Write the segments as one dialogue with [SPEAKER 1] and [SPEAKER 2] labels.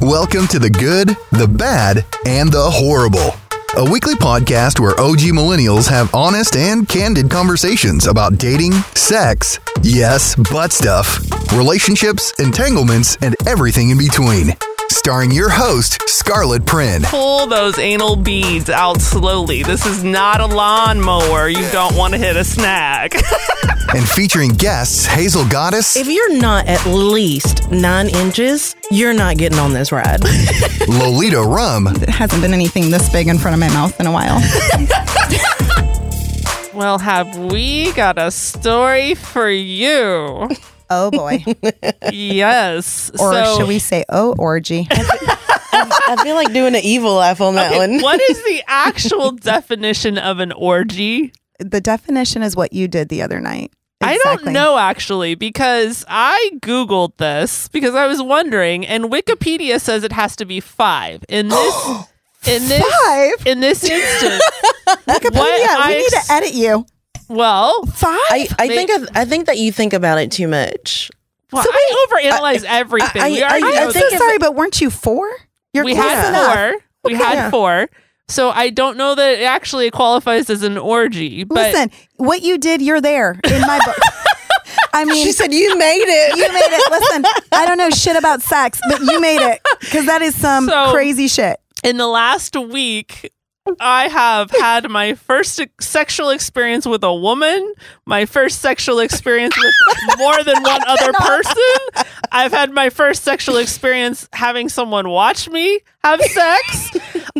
[SPEAKER 1] Welcome to the good, the bad, and the horrible. A weekly podcast where OG millennials have honest and candid conversations about dating, sex, yes, butt stuff, relationships, entanglements, and everything in between. Starring your host, Scarlett Prin.
[SPEAKER 2] pull those anal beads out slowly. This is not a lawnmower. You don't want to hit a snag.
[SPEAKER 1] and featuring guests Hazel Goddess,
[SPEAKER 3] If you're not at least nine inches, you're not getting on this ride.
[SPEAKER 1] Lolita Rum,
[SPEAKER 4] hasn't been anything this big in front of my mouth in a while.
[SPEAKER 2] well, have we got a story for you?
[SPEAKER 4] oh boy.
[SPEAKER 2] Yes.
[SPEAKER 4] Or
[SPEAKER 2] so,
[SPEAKER 4] should we say, oh, orgy?
[SPEAKER 3] I feel like doing an evil laugh on that one.
[SPEAKER 2] what is the actual definition of an orgy?
[SPEAKER 4] the definition is what you did the other night.
[SPEAKER 2] I don't know actually because I googled this because I was wondering and Wikipedia says it has to be 5. In this in this
[SPEAKER 4] Five?
[SPEAKER 2] in this instance.
[SPEAKER 4] Wikipedia,
[SPEAKER 2] I
[SPEAKER 4] we need
[SPEAKER 2] ex-
[SPEAKER 4] to edit you.
[SPEAKER 2] well,
[SPEAKER 4] Five?
[SPEAKER 3] I, I
[SPEAKER 2] They-
[SPEAKER 3] think I, I think that you think about it too much.
[SPEAKER 2] Well,
[SPEAKER 4] So
[SPEAKER 2] I overanalyze everything.
[SPEAKER 3] I-
[SPEAKER 2] we
[SPEAKER 3] I-
[SPEAKER 2] already
[SPEAKER 3] I
[SPEAKER 2] know
[SPEAKER 4] I'm
[SPEAKER 2] that.
[SPEAKER 4] so
[SPEAKER 3] think if-
[SPEAKER 4] sorry, but weren't you four? You're
[SPEAKER 2] we
[SPEAKER 4] close
[SPEAKER 2] had
[SPEAKER 4] enough.
[SPEAKER 2] four. We had
[SPEAKER 3] Yeah.
[SPEAKER 2] four. So I don't know that it actually qualifies as an orgy, but
[SPEAKER 4] Listen, what you did, you're there in my book. I mean,
[SPEAKER 3] She said you made
[SPEAKER 4] you
[SPEAKER 3] it.
[SPEAKER 4] made it. Listen, I don't know shit about sex, but you made it because that is some
[SPEAKER 2] So-
[SPEAKER 4] crazy shit.
[SPEAKER 2] in the last week, I have had my first ex- sexual experience with a woman, my first sexual experience with more than one other person. I've had my first sexual experience having someone watch me have sex.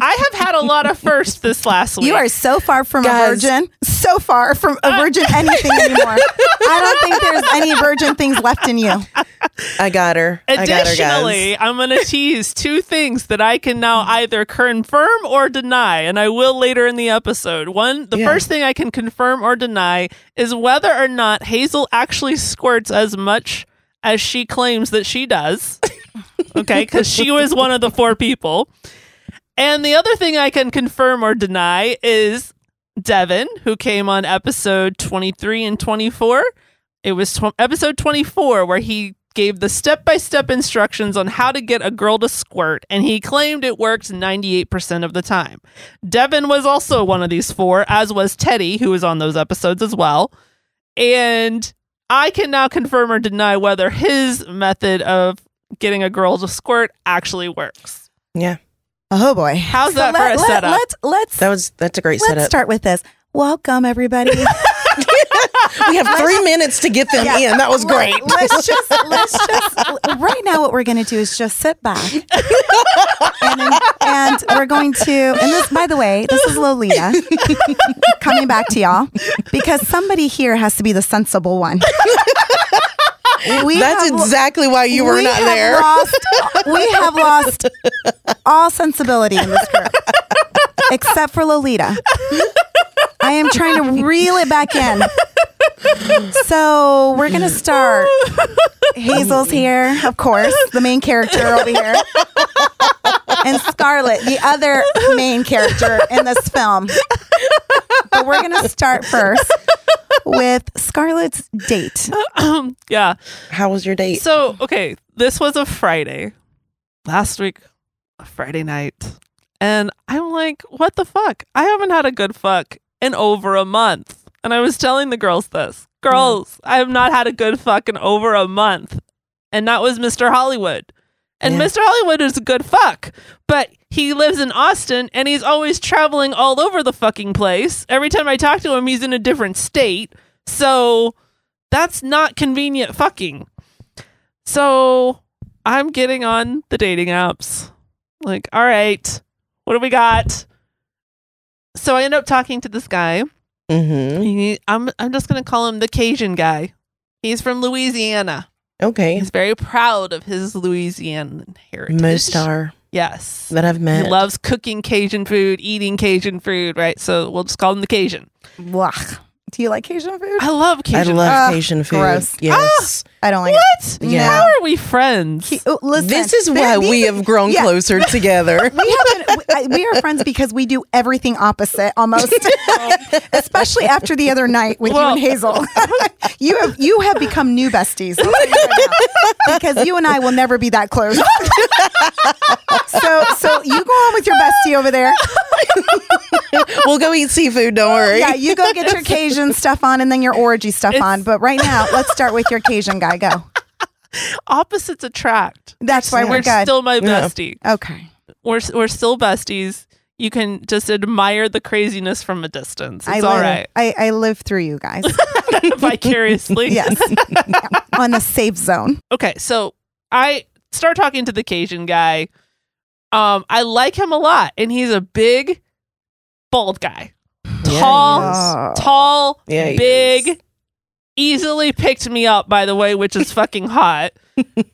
[SPEAKER 2] I have had a lot of firsts this last week.
[SPEAKER 4] You are so far from a
[SPEAKER 3] Guys.
[SPEAKER 4] virgin, so far from a virgin anything anymore. I don't think there's any virgin things left in you.
[SPEAKER 3] I got her. I got her, guys.
[SPEAKER 2] Additionally, I'm going to tease two things that I can now either confirm or deny, and I will later in the episode. One, the
[SPEAKER 3] Yeah.
[SPEAKER 2] first thing I can confirm or deny is whether or not Hazel actually squirts as much as she claims that she does. okay, because she was one of the four people. And the other thing I can confirm or deny is Devin, who came on episode 23 and 24. It was tw- episode 24 where he gave the step by step instructions on how to get a girl to squirt, and he claimed it worked 98% of the time. Devin was also one of these four, as was Teddy, who was on those episodes as well. And I can now confirm or deny whether his method of getting a girl to squirt actually works.
[SPEAKER 3] Yeah,
[SPEAKER 4] Oh boy.
[SPEAKER 2] How's that for a setup?
[SPEAKER 4] Let's let's
[SPEAKER 3] that was that's a great
[SPEAKER 4] let's
[SPEAKER 3] setup.
[SPEAKER 4] start with this. Welcome everybody.
[SPEAKER 3] We have three minutes to get them in. That was great.
[SPEAKER 4] Let- Let's just let's just right now what we're going to do is just sit back. and, then- and we're going to and this by the way, this is Lolita coming back to y'all because somebody here has to be the sensible one. We
[SPEAKER 3] That's
[SPEAKER 4] have-
[SPEAKER 3] exactly why you were
[SPEAKER 4] we
[SPEAKER 3] not
[SPEAKER 4] have
[SPEAKER 3] there.
[SPEAKER 4] lost- we have lost all sensibility in this group, except for Lolita. I am trying to reel it back in. So we're gonna start. Hazel's here, of course, the main character over here, and Scarlett, the other main character in this film. But we're gonna start first with Scarlett's date.
[SPEAKER 2] Yeah.
[SPEAKER 3] How was your date?
[SPEAKER 2] So, okay, this was a Friday last week, a Friday night. And I'm like, what the fuck? I haven't had a good fuck in over a month. And I was telling the girls this girls, I have not had a good fuck in over a month. And that was Mr. Hollywood. And
[SPEAKER 3] Yeah.
[SPEAKER 2] Mr. Hollywood is a good fuck, but he lives in Austin and he's always traveling all over the fucking place. Every time I talk to him, he's in a different state. So that's not convenient fucking. So I'm getting on the dating apps. Like, all right, what do we got? So I end up talking to this guy.
[SPEAKER 3] Mm-hmm.
[SPEAKER 2] He- I'm I'm just gonna call him the Cajun guy. He's from Louisiana.
[SPEAKER 3] Okay.
[SPEAKER 2] He's very proud of his Louisiana heritage.
[SPEAKER 3] Most are
[SPEAKER 2] Yes.
[SPEAKER 3] that I've
[SPEAKER 2] He
[SPEAKER 3] met.
[SPEAKER 2] loves cooking Cajun food, eating Cajun food, right? So we'll just call him the Cajun.
[SPEAKER 4] Blah. Do you like Cajun food?
[SPEAKER 2] I love
[SPEAKER 3] I
[SPEAKER 2] Cajun.
[SPEAKER 3] love
[SPEAKER 4] Ah,
[SPEAKER 3] Asian food.
[SPEAKER 4] gross.
[SPEAKER 3] Yes.
[SPEAKER 4] I don't like
[SPEAKER 2] what?
[SPEAKER 3] Yeah.
[SPEAKER 2] How are we friends?
[SPEAKER 4] it. Oh, listen,
[SPEAKER 3] This is
[SPEAKER 4] th-
[SPEAKER 3] why
[SPEAKER 4] these-
[SPEAKER 3] we have grown
[SPEAKER 4] yeah.
[SPEAKER 3] closer together.
[SPEAKER 4] We, have been, we- I- we are friends because we do everything opposite almost, especially after the other night with
[SPEAKER 2] Well-
[SPEAKER 4] you and Hazel. you have you have become new besties I'll tell you right now, because you and I will never be that close. so so you go on with your bestie over there.
[SPEAKER 3] we'll go eat seafood. Don't worry.
[SPEAKER 4] Yeah, you go get your Cajun stuff on and then your orgy stuff
[SPEAKER 2] It's-
[SPEAKER 4] on. But right now, let's start with your Cajun guy. Go.
[SPEAKER 2] Opposites attract.
[SPEAKER 4] That's why
[SPEAKER 2] We're
[SPEAKER 4] we're good.
[SPEAKER 2] still my
[SPEAKER 3] Yeah.
[SPEAKER 2] bestie.
[SPEAKER 4] okay.
[SPEAKER 2] We're we're still besties. You can just admire the craziness from a distance.
[SPEAKER 4] I
[SPEAKER 2] It's
[SPEAKER 4] live,
[SPEAKER 2] all right.
[SPEAKER 4] I, I live through you guys.
[SPEAKER 2] Vicariously.
[SPEAKER 4] Yes. Yeah. On the safe zone.
[SPEAKER 2] Okay, so I start talking to the Cajun guy. Um, I like him a lot, and he's a big, bald guy.
[SPEAKER 3] he
[SPEAKER 2] Tall,
[SPEAKER 3] is.
[SPEAKER 4] Oh.
[SPEAKER 2] Tall,
[SPEAKER 3] Yeah, he
[SPEAKER 2] big,
[SPEAKER 3] is.
[SPEAKER 2] easily picked me up, by the way, which is fucking hot.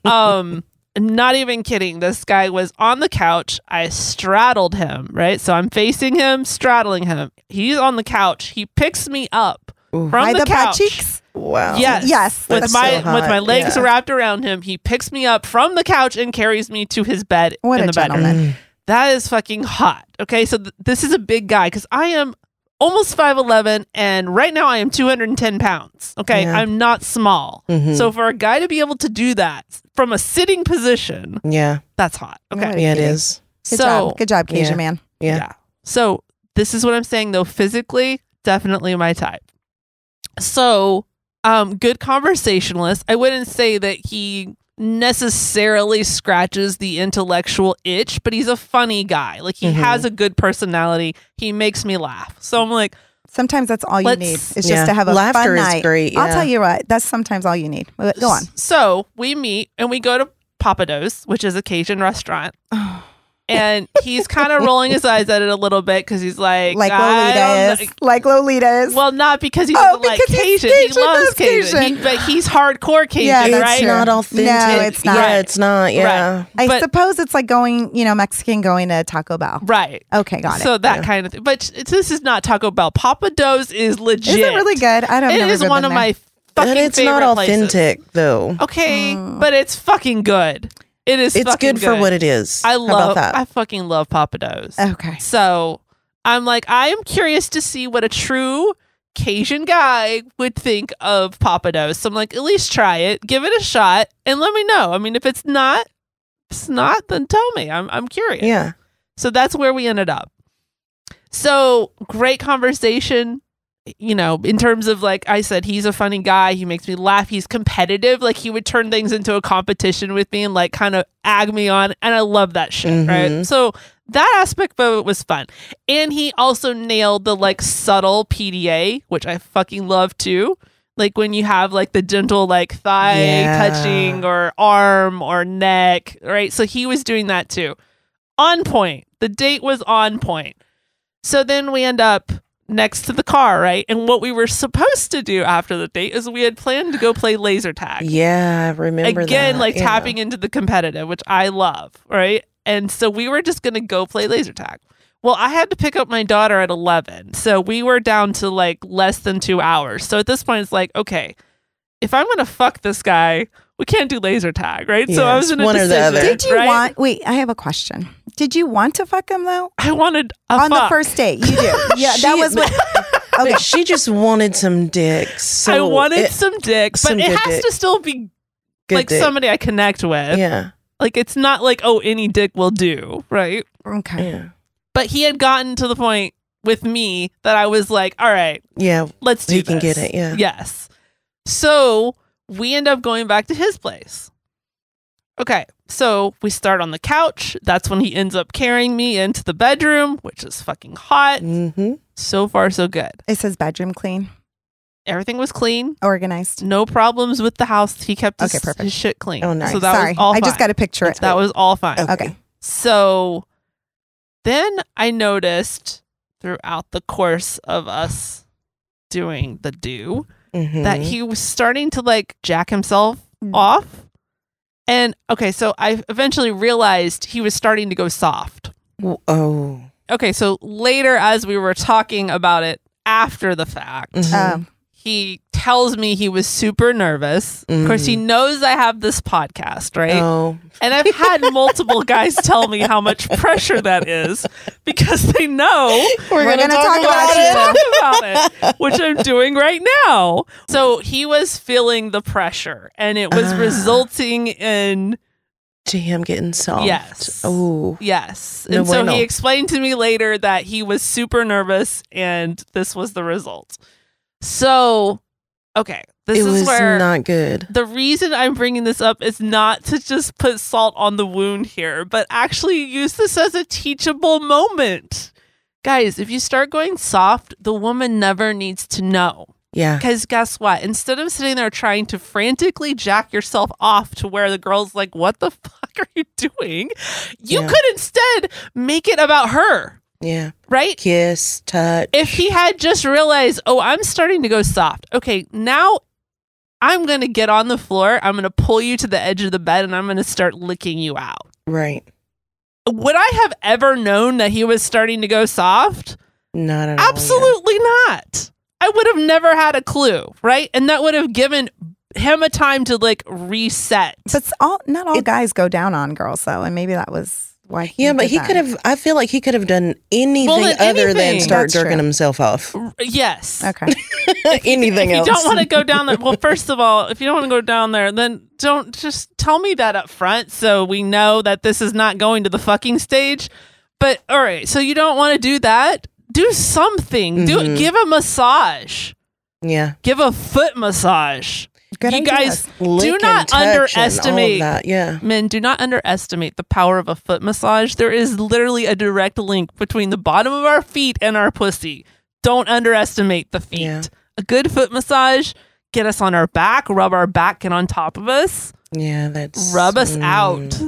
[SPEAKER 2] Um, I'm not even kidding. This guy was on the couch. I straddled him, right? So I'm facing him, straddling him. He's on the couch. He picks me up
[SPEAKER 3] Ooh.
[SPEAKER 2] from
[SPEAKER 4] By
[SPEAKER 2] the,
[SPEAKER 4] the butt
[SPEAKER 2] couch.
[SPEAKER 4] cheeks.
[SPEAKER 3] Wow.
[SPEAKER 2] Yes.
[SPEAKER 4] Yes,
[SPEAKER 2] With
[SPEAKER 4] that's
[SPEAKER 2] my
[SPEAKER 3] Oh. so
[SPEAKER 2] with my
[SPEAKER 3] hot,
[SPEAKER 2] legs
[SPEAKER 3] yeah.
[SPEAKER 2] wrapped around him, he picks me up from the couch and carries me to his bed
[SPEAKER 4] What
[SPEAKER 2] in the
[SPEAKER 4] a
[SPEAKER 2] bedroom.
[SPEAKER 4] gentleman.
[SPEAKER 2] That is fucking hot. Okay, so th- this is a big guy because I am almost 5'11 and right now I am 210 pounds. Okay,
[SPEAKER 3] Yeah.
[SPEAKER 2] I'm not small.
[SPEAKER 3] Mhm.
[SPEAKER 2] So for a guy to be able to do that from a sitting position,
[SPEAKER 3] Yeah.
[SPEAKER 2] that's hot. Okay,
[SPEAKER 4] What a
[SPEAKER 3] Yeah, it
[SPEAKER 4] cutie.
[SPEAKER 3] is.
[SPEAKER 4] Good
[SPEAKER 2] so
[SPEAKER 4] job. Good job, Cajun
[SPEAKER 3] Yeah.
[SPEAKER 4] man.
[SPEAKER 3] Yeah.
[SPEAKER 2] Yeah. So this is what I'm saying though. Physically, definitely my type. So, um, good conversationalist. I wouldn't say that he necessarily scratches the intellectual itch, but he's a funny guy. Like he
[SPEAKER 3] Mhm.
[SPEAKER 4] Mm-hmm.
[SPEAKER 2] has a good personality. He makes me laugh. So I'm like,
[SPEAKER 4] Sometimes that's all you
[SPEAKER 2] Let's-
[SPEAKER 4] need. It's
[SPEAKER 3] Yeah.
[SPEAKER 4] just to have a
[SPEAKER 3] Laughter
[SPEAKER 4] fun
[SPEAKER 3] is
[SPEAKER 4] night.
[SPEAKER 3] great,
[SPEAKER 4] I'll
[SPEAKER 3] yeah.
[SPEAKER 4] tell you what. That's sometimes all you need. But Go on.
[SPEAKER 2] So we meet and we go to Papados, which is a Cajun restaurant. And he's kind of rolling his eyes at it a little bit because he's like,
[SPEAKER 4] Like
[SPEAKER 2] "I don't
[SPEAKER 4] Lolita
[SPEAKER 2] know-
[SPEAKER 4] is. Like Lolita is.
[SPEAKER 2] Well, not because he
[SPEAKER 4] Oh,
[SPEAKER 2] doesn't like
[SPEAKER 4] because he's
[SPEAKER 2] Cajun.
[SPEAKER 4] Cajun,
[SPEAKER 2] He loves
[SPEAKER 4] loves
[SPEAKER 2] Cajun,
[SPEAKER 4] Cajun.
[SPEAKER 2] He- but he's hardcore Cajun,
[SPEAKER 4] Yeah, that's
[SPEAKER 2] right?
[SPEAKER 3] It's
[SPEAKER 4] true.
[SPEAKER 3] not authentic.
[SPEAKER 4] No, it's not.
[SPEAKER 3] Yeah, it's not. Yeah.
[SPEAKER 2] Right.
[SPEAKER 4] I
[SPEAKER 2] but-
[SPEAKER 4] suppose it's like going, you know, Mexican going to Taco Bell.
[SPEAKER 2] Right.
[SPEAKER 4] Okay, got it.
[SPEAKER 2] So that kind of thing. But it's- this is not Taco Bell. Papa Do's is legit.
[SPEAKER 4] Is it really good? I don't.
[SPEAKER 2] It
[SPEAKER 4] never
[SPEAKER 2] is
[SPEAKER 4] been
[SPEAKER 2] one of
[SPEAKER 4] there.
[SPEAKER 2] my fucking
[SPEAKER 3] But it's
[SPEAKER 2] favorite
[SPEAKER 3] not
[SPEAKER 2] places.
[SPEAKER 3] authentic though.
[SPEAKER 2] Okay, but it's fucking good. It is
[SPEAKER 3] It's
[SPEAKER 2] fucking
[SPEAKER 3] good for what it is.
[SPEAKER 2] I
[SPEAKER 3] How
[SPEAKER 2] love
[SPEAKER 3] about that.
[SPEAKER 2] I fucking love Papa Do's.
[SPEAKER 4] Okay.
[SPEAKER 2] So I'm like, I am curious to see what a true Cajun guy would think of papados. So I'm like, at least try it, give it a shot, and let me know. I mean, if it's not, it's not, then tell me. I'm I'm curious.
[SPEAKER 3] yeah.
[SPEAKER 2] So that's where we ended up. So great conversation. You know, in terms of like I said, he's a funny guy. He makes me laugh. He's competitive. Like he would turn things into a competition with me and like kind of ag me on. And I love that shit. Right.
[SPEAKER 3] Mhm.
[SPEAKER 2] So that aspect of it was fun. And he also nailed the like subtle PDA, which I fucking love too. Like when you have like the gentle like thigh
[SPEAKER 3] Yeah.
[SPEAKER 2] touching or arm or neck. Right. So he was doing that too on point. The date was on point. So then we end up next to the car, right? And what we were supposed to do after the date is we had planned to go play laser tag.
[SPEAKER 3] Yeah. I remember
[SPEAKER 2] Again,
[SPEAKER 3] that.
[SPEAKER 2] like
[SPEAKER 3] yeah.
[SPEAKER 2] tapping into the competitive, which I love, right? And so we were just going to go play laser tag. Well, I had to pick up my daughter at 11. So we were down to like less than two hours. So at this point, it's like, okay, if I'm going to fuck this guy, we can't do laser tag, right? So I
[SPEAKER 3] Yeah,
[SPEAKER 2] was
[SPEAKER 3] it's
[SPEAKER 2] in a
[SPEAKER 3] one or
[SPEAKER 2] decision.
[SPEAKER 3] the other.
[SPEAKER 4] Did you
[SPEAKER 2] right?
[SPEAKER 4] want? Wait, I have a question. Did you want to fuck him though?
[SPEAKER 2] I wanted a
[SPEAKER 4] On the
[SPEAKER 2] Oh, fuck.
[SPEAKER 4] first date, you do. Yeah, that
[SPEAKER 3] She-
[SPEAKER 4] was what. Okay.
[SPEAKER 3] But she just wanted some dicks. So
[SPEAKER 2] I wanted
[SPEAKER 3] it-
[SPEAKER 2] some dick, but
[SPEAKER 3] some
[SPEAKER 2] it
[SPEAKER 3] good
[SPEAKER 2] has
[SPEAKER 3] dick.
[SPEAKER 2] to still be
[SPEAKER 3] good
[SPEAKER 2] like
[SPEAKER 3] dick.
[SPEAKER 2] somebody I connect with.
[SPEAKER 3] Yeah.
[SPEAKER 2] Like it's not like oh any dick will do, right?
[SPEAKER 4] Okay.
[SPEAKER 3] Yeah.
[SPEAKER 2] But he had gotten to the point with me that I was like, all right,
[SPEAKER 3] Yeah.
[SPEAKER 2] let's do
[SPEAKER 3] He can
[SPEAKER 2] this.
[SPEAKER 3] get it, yeah.
[SPEAKER 2] Yes. So we end up going back to his place. Okay. So we start on the couch. That's when he ends up carrying me into the bedroom, which is fucking hot.
[SPEAKER 3] Mm-hmm.
[SPEAKER 2] So far, so good.
[SPEAKER 4] It says bedroom clean,
[SPEAKER 2] Everything was clean.
[SPEAKER 4] organized.
[SPEAKER 2] No problems with the house. He kept his,
[SPEAKER 4] Okay, perfect.
[SPEAKER 2] his shit clean.
[SPEAKER 3] Oh, nice.
[SPEAKER 2] So that
[SPEAKER 4] Sorry,
[SPEAKER 2] was all
[SPEAKER 4] I just
[SPEAKER 2] fine.
[SPEAKER 4] got to picture it.
[SPEAKER 2] That was all fine.
[SPEAKER 3] Okay.
[SPEAKER 4] okay.
[SPEAKER 2] So then I noticed throughout the course of us doing the do
[SPEAKER 3] Mm-hmm.
[SPEAKER 2] that he was starting to like jack himself off. And okay, so I eventually realized he was starting to go soft.
[SPEAKER 3] Oh.
[SPEAKER 2] Okay, so later as we were talking about it after the fact.
[SPEAKER 4] Um,
[SPEAKER 2] He tells me he was super nervous. Of course, he knows I have this podcast, right?
[SPEAKER 3] Oh,
[SPEAKER 2] And I've had multiple guys tell me how much pressure that is because they know
[SPEAKER 4] we're,
[SPEAKER 3] gonna
[SPEAKER 4] going to
[SPEAKER 3] talk
[SPEAKER 4] talk
[SPEAKER 3] about
[SPEAKER 4] about
[SPEAKER 3] it.
[SPEAKER 4] it.
[SPEAKER 2] talk about it, which I'm doing right now. So he was feeling the pressure and it was
[SPEAKER 3] Ah.
[SPEAKER 2] resulting in
[SPEAKER 3] jam getting soft.
[SPEAKER 2] Yes.
[SPEAKER 3] Oh.
[SPEAKER 2] yes.
[SPEAKER 3] No
[SPEAKER 2] and so
[SPEAKER 3] bueno.
[SPEAKER 2] he explained to me later that he was super nervous and this was the result. So, okay, this
[SPEAKER 3] it
[SPEAKER 2] is
[SPEAKER 3] was
[SPEAKER 2] where
[SPEAKER 3] not good.
[SPEAKER 2] the reason I'm bringing this up is not to just put salt on the wound here, but actually use this as a teachable moment. Guys, if you start going soft, the woman never needs to know.
[SPEAKER 3] Yeah.
[SPEAKER 2] Because guess what? Instead of sitting there trying to frantically jack yourself off to where the girl's like, what the fuck are you doing? You
[SPEAKER 3] Yeah.
[SPEAKER 2] could instead make it about her,
[SPEAKER 3] Yeah.
[SPEAKER 2] right?
[SPEAKER 3] Kiss, touch.
[SPEAKER 2] if he had just realized, oh, I'm starting to go soft. Okay, now I'm going to get on the floor. I'm going to pull you to the edge of the bed and I'm going to start licking you out.
[SPEAKER 3] right.
[SPEAKER 2] Would I have ever known that he was starting to go soft?
[SPEAKER 3] Not at all. yeah.
[SPEAKER 2] Absolutely not. I would have never had a clue, right? And that would have given him a time to like reset.
[SPEAKER 4] But it's all, not all guys go down on girls, though. And maybe that was why he
[SPEAKER 3] Yeah, but
[SPEAKER 4] did
[SPEAKER 3] he
[SPEAKER 4] that.
[SPEAKER 3] could have. I feel like he could have done anything
[SPEAKER 2] Well, then
[SPEAKER 3] other than
[SPEAKER 2] anything.
[SPEAKER 3] start
[SPEAKER 4] That's
[SPEAKER 3] jerking
[SPEAKER 4] true.
[SPEAKER 3] himself off.
[SPEAKER 2] Yes.
[SPEAKER 4] Okay.
[SPEAKER 3] anything
[SPEAKER 2] if you
[SPEAKER 3] else?
[SPEAKER 2] don't want to go down there well first of all if you don't want to go down there then don't just tell me that up front so we know that this is not going to the fucking stage but all right so you don't want to do that do something do
[SPEAKER 3] Mhm.
[SPEAKER 2] give a massage
[SPEAKER 3] yeah.
[SPEAKER 2] give a foot massage
[SPEAKER 4] Good
[SPEAKER 2] you
[SPEAKER 4] ideas.
[SPEAKER 2] guys
[SPEAKER 3] Lick
[SPEAKER 2] do
[SPEAKER 3] and
[SPEAKER 2] not
[SPEAKER 3] touch and all of
[SPEAKER 2] underestimate
[SPEAKER 3] that. Yeah.
[SPEAKER 2] Men, do not underestimate the power of a foot massage. There is literally a direct link between the bottom of our feet and our pussy. Don't underestimate the feet.
[SPEAKER 3] Yeah.
[SPEAKER 2] A good foot massage, get us on our back, rub our back and on top of us,
[SPEAKER 3] Yeah. That's
[SPEAKER 2] rub us
[SPEAKER 3] mm.
[SPEAKER 2] out.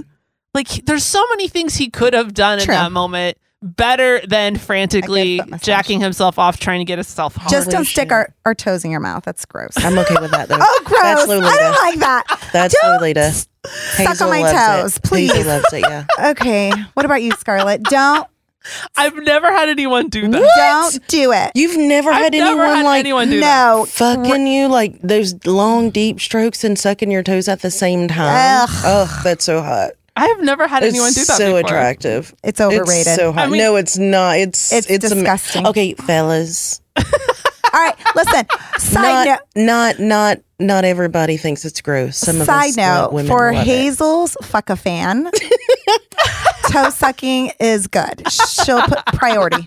[SPEAKER 2] Like there's so many things he could have done
[SPEAKER 4] True.
[SPEAKER 2] in that moment better than frantically
[SPEAKER 4] foot massage.
[SPEAKER 2] jacking himself off trying to get himself hard.
[SPEAKER 4] Just don't
[SPEAKER 3] Holy
[SPEAKER 4] stick
[SPEAKER 3] shit.
[SPEAKER 4] our, our toes in your mouth. That's gross.
[SPEAKER 3] I'm okay with that though.
[SPEAKER 4] oh, gross.
[SPEAKER 3] That's Lolita.
[SPEAKER 4] I don't like that.
[SPEAKER 3] That's
[SPEAKER 4] don't
[SPEAKER 3] Lolita. Hazel
[SPEAKER 4] my
[SPEAKER 3] loves it.
[SPEAKER 4] toes, please.
[SPEAKER 3] Hazel loves it. Yeah.
[SPEAKER 4] Okay. What about you, Scarlett? Don't
[SPEAKER 2] I've never had anyone do that.
[SPEAKER 4] don't do it.
[SPEAKER 3] You've never
[SPEAKER 2] I've
[SPEAKER 3] had
[SPEAKER 2] never
[SPEAKER 3] anyone
[SPEAKER 2] had
[SPEAKER 3] like
[SPEAKER 2] anyone do that.
[SPEAKER 4] no.
[SPEAKER 3] fucking you like those long deep strokes and sucking your toes at the same time.
[SPEAKER 4] Ugh.
[SPEAKER 3] Ugh, that's so hot.
[SPEAKER 2] I have never had
[SPEAKER 3] It's
[SPEAKER 2] anyone do that
[SPEAKER 3] so
[SPEAKER 2] before.
[SPEAKER 3] attractive.
[SPEAKER 4] It's overrated.
[SPEAKER 3] It's so hot.
[SPEAKER 2] I mean-
[SPEAKER 3] no, it's not. It's
[SPEAKER 4] It's
[SPEAKER 3] it's, ama-
[SPEAKER 4] disgusting.
[SPEAKER 3] okay, fellas.
[SPEAKER 4] All right. Listen. Side note.
[SPEAKER 3] Not, not not not everybody thinks it's gross. Some of
[SPEAKER 4] Side
[SPEAKER 3] us not
[SPEAKER 4] note
[SPEAKER 3] women
[SPEAKER 4] for
[SPEAKER 3] love it.
[SPEAKER 4] Hazel's fuck a fan. toe sucking is good. She'll put priority.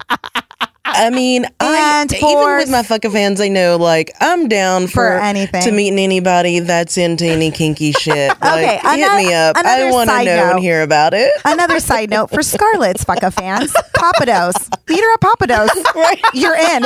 [SPEAKER 3] I mean, I
[SPEAKER 4] And
[SPEAKER 3] even
[SPEAKER 4] for-
[SPEAKER 3] with my fucking fans, they know like I'm down for,
[SPEAKER 4] For anything.
[SPEAKER 3] to meeting anybody that's into any kinky shit. Like,
[SPEAKER 4] Okay,
[SPEAKER 3] hit
[SPEAKER 4] ano-
[SPEAKER 3] me up. I
[SPEAKER 4] another
[SPEAKER 3] want to know
[SPEAKER 4] side
[SPEAKER 3] and
[SPEAKER 4] note. Um,
[SPEAKER 3] hear about it.
[SPEAKER 4] Another side note for Scarlett's fuck a fans. Papados. Leader of Papados.
[SPEAKER 3] Right.
[SPEAKER 4] You're in.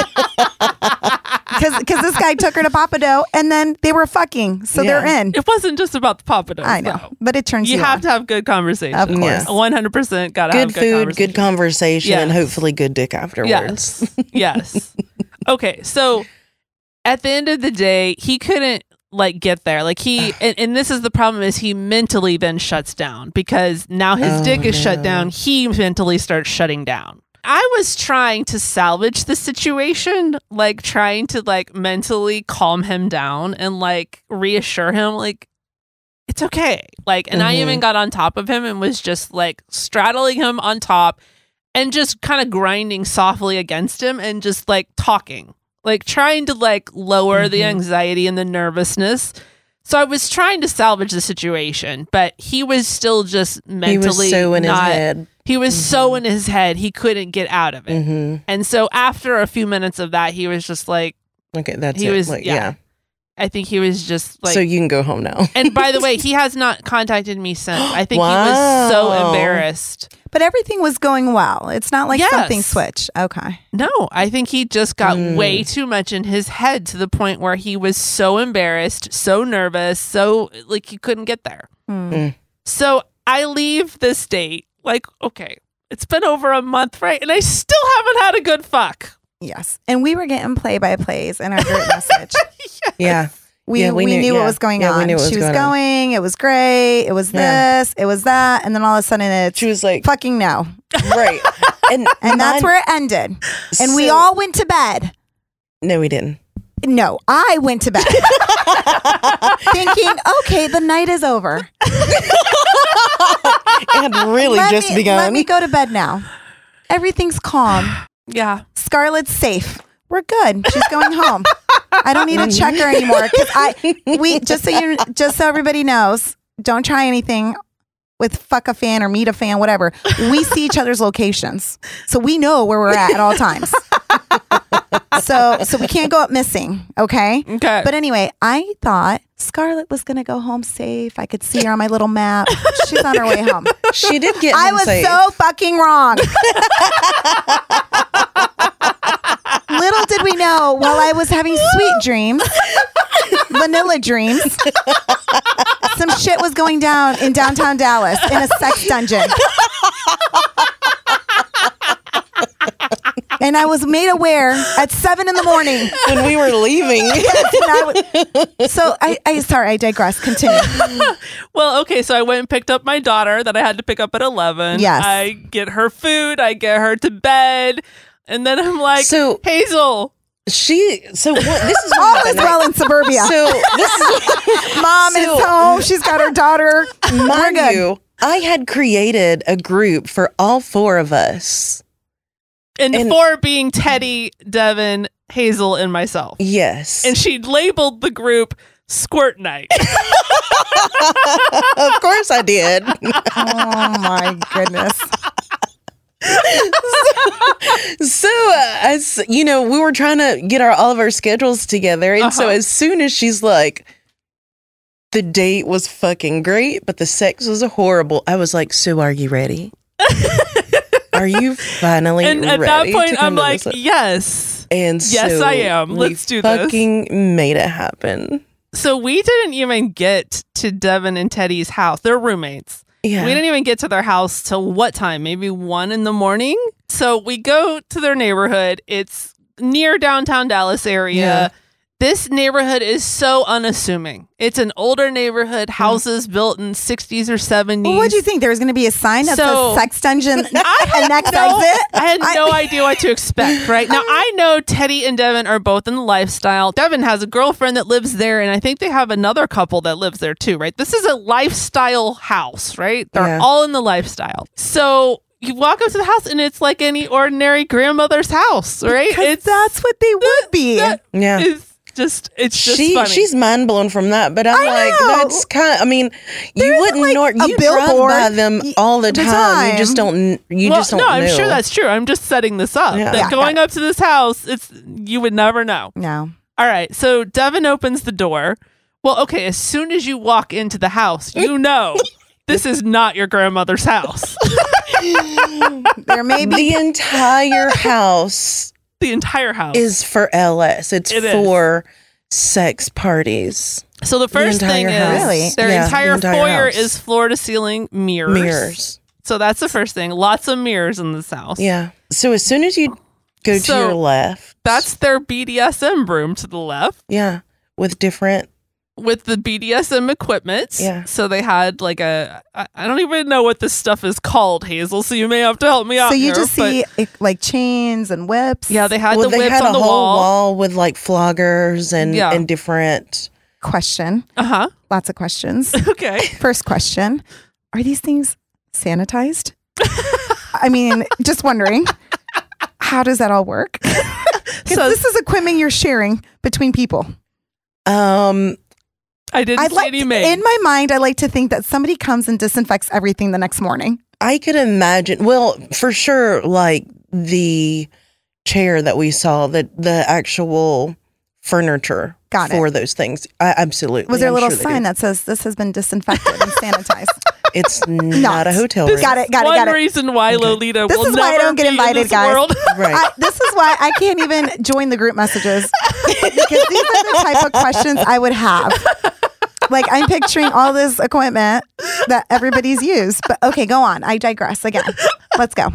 [SPEAKER 4] Because this guy took her to Papado and then they were fucking. So
[SPEAKER 3] Yeah.
[SPEAKER 4] they're in.
[SPEAKER 2] It wasn't just about the Papa Dogs,
[SPEAKER 4] I know.
[SPEAKER 2] though.
[SPEAKER 4] But it turns
[SPEAKER 2] You
[SPEAKER 4] you,
[SPEAKER 2] have
[SPEAKER 4] on.
[SPEAKER 2] to have good conversation.
[SPEAKER 4] Of
[SPEAKER 3] Yeah.
[SPEAKER 4] course.
[SPEAKER 2] One hundred percent. Gotta
[SPEAKER 3] good
[SPEAKER 2] have
[SPEAKER 3] food, good
[SPEAKER 2] conversation.
[SPEAKER 3] conversation, and
[SPEAKER 2] Yes.
[SPEAKER 3] hopefully good dick afterwards.
[SPEAKER 2] Yes. yes. Okay. So at the end of the day, he couldn't like get there. Like he and, and this is the problem is he mentally then shuts down because now his
[SPEAKER 3] Oh,
[SPEAKER 2] dick is
[SPEAKER 3] no.
[SPEAKER 2] shut down. He mentally starts shutting down. I was trying to salvage the situation, like trying to like mentally calm him down and like reassure him like it's okay. Like, and I
[SPEAKER 3] Mhm.
[SPEAKER 2] even got on top of him and was just like straddling him on top and just kind of grinding softly against him and just like talking, like trying to like lower the
[SPEAKER 3] Mhm.
[SPEAKER 2] anxiety and the nervousness. So I was trying to salvage the situation, but he was still just mentally
[SPEAKER 3] He was so in
[SPEAKER 2] not-
[SPEAKER 3] his head. Mm-hmm.
[SPEAKER 2] He was so in his head, he couldn't get out of it.
[SPEAKER 3] hmm
[SPEAKER 2] And so after a few minutes of that, he was just like,
[SPEAKER 3] Okay, that's
[SPEAKER 2] He
[SPEAKER 3] it.
[SPEAKER 2] was-
[SPEAKER 3] Like,
[SPEAKER 2] yeah.
[SPEAKER 3] yeah.
[SPEAKER 2] I think he was just like
[SPEAKER 3] so you can go home now.
[SPEAKER 2] and by the way, he has not contacted me since. I think he was
[SPEAKER 3] Wow.
[SPEAKER 2] so embarrassed.
[SPEAKER 4] But everything was going well. It's not like
[SPEAKER 2] Yes.
[SPEAKER 4] something switched. Okay.
[SPEAKER 2] No, I think he just got
[SPEAKER 3] Mm.
[SPEAKER 2] way too much in his head to the point where he was so embarrassed, so nervous, so like he couldn't get there.
[SPEAKER 4] Hmm.
[SPEAKER 3] Mm.
[SPEAKER 2] So I leave this date like, okay, it's been over a month, right? And I still haven't had a good fuck.
[SPEAKER 4] Yes. And we were getting play by plays in our group message.
[SPEAKER 3] yeah.
[SPEAKER 4] We,
[SPEAKER 3] Yeah, we
[SPEAKER 4] we,
[SPEAKER 3] knew-
[SPEAKER 4] knew,
[SPEAKER 3] yeah.
[SPEAKER 4] what was going
[SPEAKER 3] Yeah,
[SPEAKER 4] on.
[SPEAKER 3] we knew what was
[SPEAKER 4] she was
[SPEAKER 3] going
[SPEAKER 4] going,
[SPEAKER 3] on.
[SPEAKER 4] it was great, it was
[SPEAKER 3] Yeah.
[SPEAKER 4] this, it was that. And then all of a sudden it's
[SPEAKER 3] She was like,
[SPEAKER 4] fucking no.
[SPEAKER 3] right. And,
[SPEAKER 4] And that's
[SPEAKER 3] mine-
[SPEAKER 4] where it ended. And we
[SPEAKER 3] so-
[SPEAKER 4] all went to bed.
[SPEAKER 3] No, we didn't.
[SPEAKER 4] No, I went to bed thinking, okay, the night is over.
[SPEAKER 3] It had really
[SPEAKER 4] Let
[SPEAKER 3] just
[SPEAKER 4] me, Let
[SPEAKER 3] begun.
[SPEAKER 4] me go to bed now. Everything's calm.
[SPEAKER 2] Yeah.
[SPEAKER 4] Scarlett's safe. We're good. She's going home. I don't need to check her anymore. 'cause I we just so you just so everybody knows, don't try anything with fuck a fan or meet a fan, whatever. We see each other's locations, so we know where we're at at all times. so so we can't go up missing. Okay.
[SPEAKER 2] Okay.
[SPEAKER 4] But anyway, I thought Scarlett was gonna go home safe. I could see her on my little map. She's on her way home.
[SPEAKER 3] she did get.
[SPEAKER 4] I
[SPEAKER 3] home
[SPEAKER 4] was
[SPEAKER 3] safe.
[SPEAKER 4] so fucking wrong. Little did we know, while I was having sweet dreams, vanilla dreams, some shit was going down in downtown Dallas in a sex dungeon. And I was made aware at seven in the morning.
[SPEAKER 3] when we were leaving.
[SPEAKER 4] And I wa- so I, I, sorry, I digress. Continue.
[SPEAKER 2] Well, okay, so I went and picked up my daughter that I had to pick up at 11.
[SPEAKER 4] Yes.
[SPEAKER 2] I get her food, I get her to bed, and then I'm like,
[SPEAKER 3] So-
[SPEAKER 2] Hazel,
[SPEAKER 3] she. So what, this is what
[SPEAKER 4] All is
[SPEAKER 3] happened.
[SPEAKER 4] well in suburbia.
[SPEAKER 3] So this is
[SPEAKER 4] Mom is
[SPEAKER 3] So-
[SPEAKER 4] home. She's got her daughter. We're
[SPEAKER 3] mind
[SPEAKER 4] good.
[SPEAKER 3] you. I had created a group for all four of us.
[SPEAKER 2] and,
[SPEAKER 3] And-
[SPEAKER 2] four being Teddy, Devin, Hazel, and myself.
[SPEAKER 3] Yes,
[SPEAKER 2] And she labeled the group Squirt Night.
[SPEAKER 3] of course I did.
[SPEAKER 4] Oh my goodness.
[SPEAKER 3] So uh, as you know, we were trying to get our all of our schedules together, and so
[SPEAKER 2] Uh-huh.
[SPEAKER 3] as soon as she's like, "The date was fucking great, but the sex was horrible," I was like, "So are you ready? are you finally
[SPEAKER 2] and at that
[SPEAKER 3] ready to
[SPEAKER 2] point,
[SPEAKER 3] come
[SPEAKER 2] I'm
[SPEAKER 3] to
[SPEAKER 2] like,
[SPEAKER 3] this?"
[SPEAKER 2] yes.
[SPEAKER 3] And
[SPEAKER 2] Yes,
[SPEAKER 3] so
[SPEAKER 2] I am.
[SPEAKER 3] we
[SPEAKER 2] Let's do this.
[SPEAKER 3] fucking made it happen.
[SPEAKER 2] So we didn't even get to Devin and Teddy's house. They're roommates.
[SPEAKER 3] Yeah.
[SPEAKER 2] We didn't even get to their house till what time? Maybe one in the morning. So we go to their neighborhood. It's near downtown Dallas area.
[SPEAKER 3] Yeah.
[SPEAKER 2] This neighborhood is so unassuming. It's an older neighborhood, houses built in 60s or 70s.
[SPEAKER 4] Well, what do you think? There was going to be a sign that
[SPEAKER 2] So-
[SPEAKER 4] says sex dungeon
[SPEAKER 2] I
[SPEAKER 4] and next
[SPEAKER 2] no,
[SPEAKER 4] exit?
[SPEAKER 2] I had
[SPEAKER 4] I-
[SPEAKER 2] no idea what to expect, right? Now, I know Teddy and Devin are both in the lifestyle. Devin has a girlfriend that lives there, and I think they have another couple that lives there too, right? This is a lifestyle house, right? They're
[SPEAKER 3] Yeah.
[SPEAKER 2] all in the lifestyle. So you walk up to the house, and it's like any ordinary grandmother's house, right?
[SPEAKER 4] Because
[SPEAKER 2] It's
[SPEAKER 4] that's what they would be.
[SPEAKER 2] that
[SPEAKER 3] Yeah.
[SPEAKER 2] is just, it's just
[SPEAKER 3] she
[SPEAKER 2] funny.
[SPEAKER 3] she's mind blown from that, but I'm like
[SPEAKER 4] know.
[SPEAKER 3] that's kind. I mean, you wouldn't
[SPEAKER 4] like,
[SPEAKER 3] nor
[SPEAKER 4] a
[SPEAKER 3] you drive
[SPEAKER 4] billboard
[SPEAKER 3] by them
[SPEAKER 4] y-
[SPEAKER 3] all the
[SPEAKER 4] the
[SPEAKER 3] time. You just
[SPEAKER 4] time.
[SPEAKER 3] don't. You
[SPEAKER 2] well,
[SPEAKER 3] just don't.
[SPEAKER 2] no, I'm
[SPEAKER 3] know.
[SPEAKER 2] sure that's true. I'm just setting this up.
[SPEAKER 3] Yeah.
[SPEAKER 2] That
[SPEAKER 3] Yeah,
[SPEAKER 2] going up to this house, it's you would never know.
[SPEAKER 4] No.
[SPEAKER 2] All right. So Devin opens the door. Well, okay. As soon as you walk into the house, you know this is not your grandmother's house.
[SPEAKER 4] There may be.
[SPEAKER 3] the entire house
[SPEAKER 2] the entire house.
[SPEAKER 3] is for LS. It's
[SPEAKER 2] Oh. It is.
[SPEAKER 3] for sex parties,
[SPEAKER 2] so the first
[SPEAKER 3] entire
[SPEAKER 2] thing
[SPEAKER 3] house.
[SPEAKER 2] is
[SPEAKER 4] Really?
[SPEAKER 2] their
[SPEAKER 3] Yeah, the
[SPEAKER 2] entire,
[SPEAKER 3] entire
[SPEAKER 2] foyer
[SPEAKER 3] house.
[SPEAKER 2] is floor to ceiling mirrors.
[SPEAKER 3] mirrors.
[SPEAKER 2] So that's the first thing. Lots of mirrors in this house.
[SPEAKER 3] Yeah. So as soon as you go to
[SPEAKER 2] So-
[SPEAKER 3] your left,
[SPEAKER 2] That's their BDSM room to the left
[SPEAKER 3] yeah, with different.
[SPEAKER 2] with the BDSM equipment.
[SPEAKER 3] Yeah.
[SPEAKER 2] So they had like a I I don't even know what this stuff is called, Hazel. So you may have to help me out.
[SPEAKER 4] So you
[SPEAKER 2] here,
[SPEAKER 4] just
[SPEAKER 2] but-
[SPEAKER 4] see it, like chains and whips.
[SPEAKER 2] yeah, they had
[SPEAKER 3] well,
[SPEAKER 2] the
[SPEAKER 3] they
[SPEAKER 2] whips
[SPEAKER 3] had a
[SPEAKER 2] on the
[SPEAKER 3] whole wall.
[SPEAKER 2] wall.
[SPEAKER 3] with like floggers and
[SPEAKER 2] Yeah.
[SPEAKER 3] and different.
[SPEAKER 4] Question.
[SPEAKER 2] Uh huh.
[SPEAKER 4] Lots of questions.
[SPEAKER 2] Okay.
[SPEAKER 4] First question Are these things sanitized? I mean, just wondering. How does that all work? 'Cause
[SPEAKER 2] So-
[SPEAKER 4] this is equipment you're sharing between people.
[SPEAKER 3] Um.
[SPEAKER 2] I didn't
[SPEAKER 4] I'd
[SPEAKER 2] see
[SPEAKER 4] like
[SPEAKER 2] any
[SPEAKER 4] to-
[SPEAKER 2] maid.
[SPEAKER 4] in my mind, I like to think that somebody comes and disinfects everything the next morning.
[SPEAKER 3] I could imagine. Well, for sure, like the chair that we saw, the the actual furniture
[SPEAKER 4] Got it.
[SPEAKER 3] for those things. I, absolutely.
[SPEAKER 4] Was there
[SPEAKER 3] I'm
[SPEAKER 4] a little
[SPEAKER 3] sure they
[SPEAKER 4] sign
[SPEAKER 3] do.
[SPEAKER 4] that says this has been disinfected and sanitized?
[SPEAKER 3] It's not a hotel room.
[SPEAKER 4] got it, got
[SPEAKER 2] One
[SPEAKER 4] it, got it.
[SPEAKER 2] reason why Lolita
[SPEAKER 4] This
[SPEAKER 2] will
[SPEAKER 4] is
[SPEAKER 2] never
[SPEAKER 4] why I don't get
[SPEAKER 2] be in
[SPEAKER 4] invited,
[SPEAKER 2] this
[SPEAKER 4] guys.
[SPEAKER 2] world.
[SPEAKER 3] Right.
[SPEAKER 4] I, this is why I can't even join the group messages because these are the type of questions I would have. Like I'm picturing all this equipment that everybody's used. But okay, go on. I digress again. Let's go.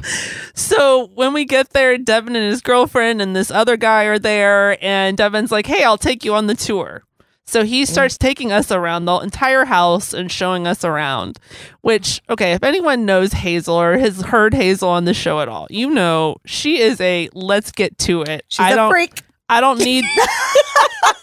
[SPEAKER 2] so when we get there, Devin and his girlfriend and this other guy are there, and Devin's like, "Hey, I'll take you on the tour." So
[SPEAKER 4] Mm.
[SPEAKER 2] he starts taking us around the entire house and showing us around. Which, okay, if anyone knows Hazel or has heard Hazel on the show at all, you know she is a let's get to it.
[SPEAKER 4] She's
[SPEAKER 2] I
[SPEAKER 4] a
[SPEAKER 2] don't,
[SPEAKER 4] freak.
[SPEAKER 2] I don't need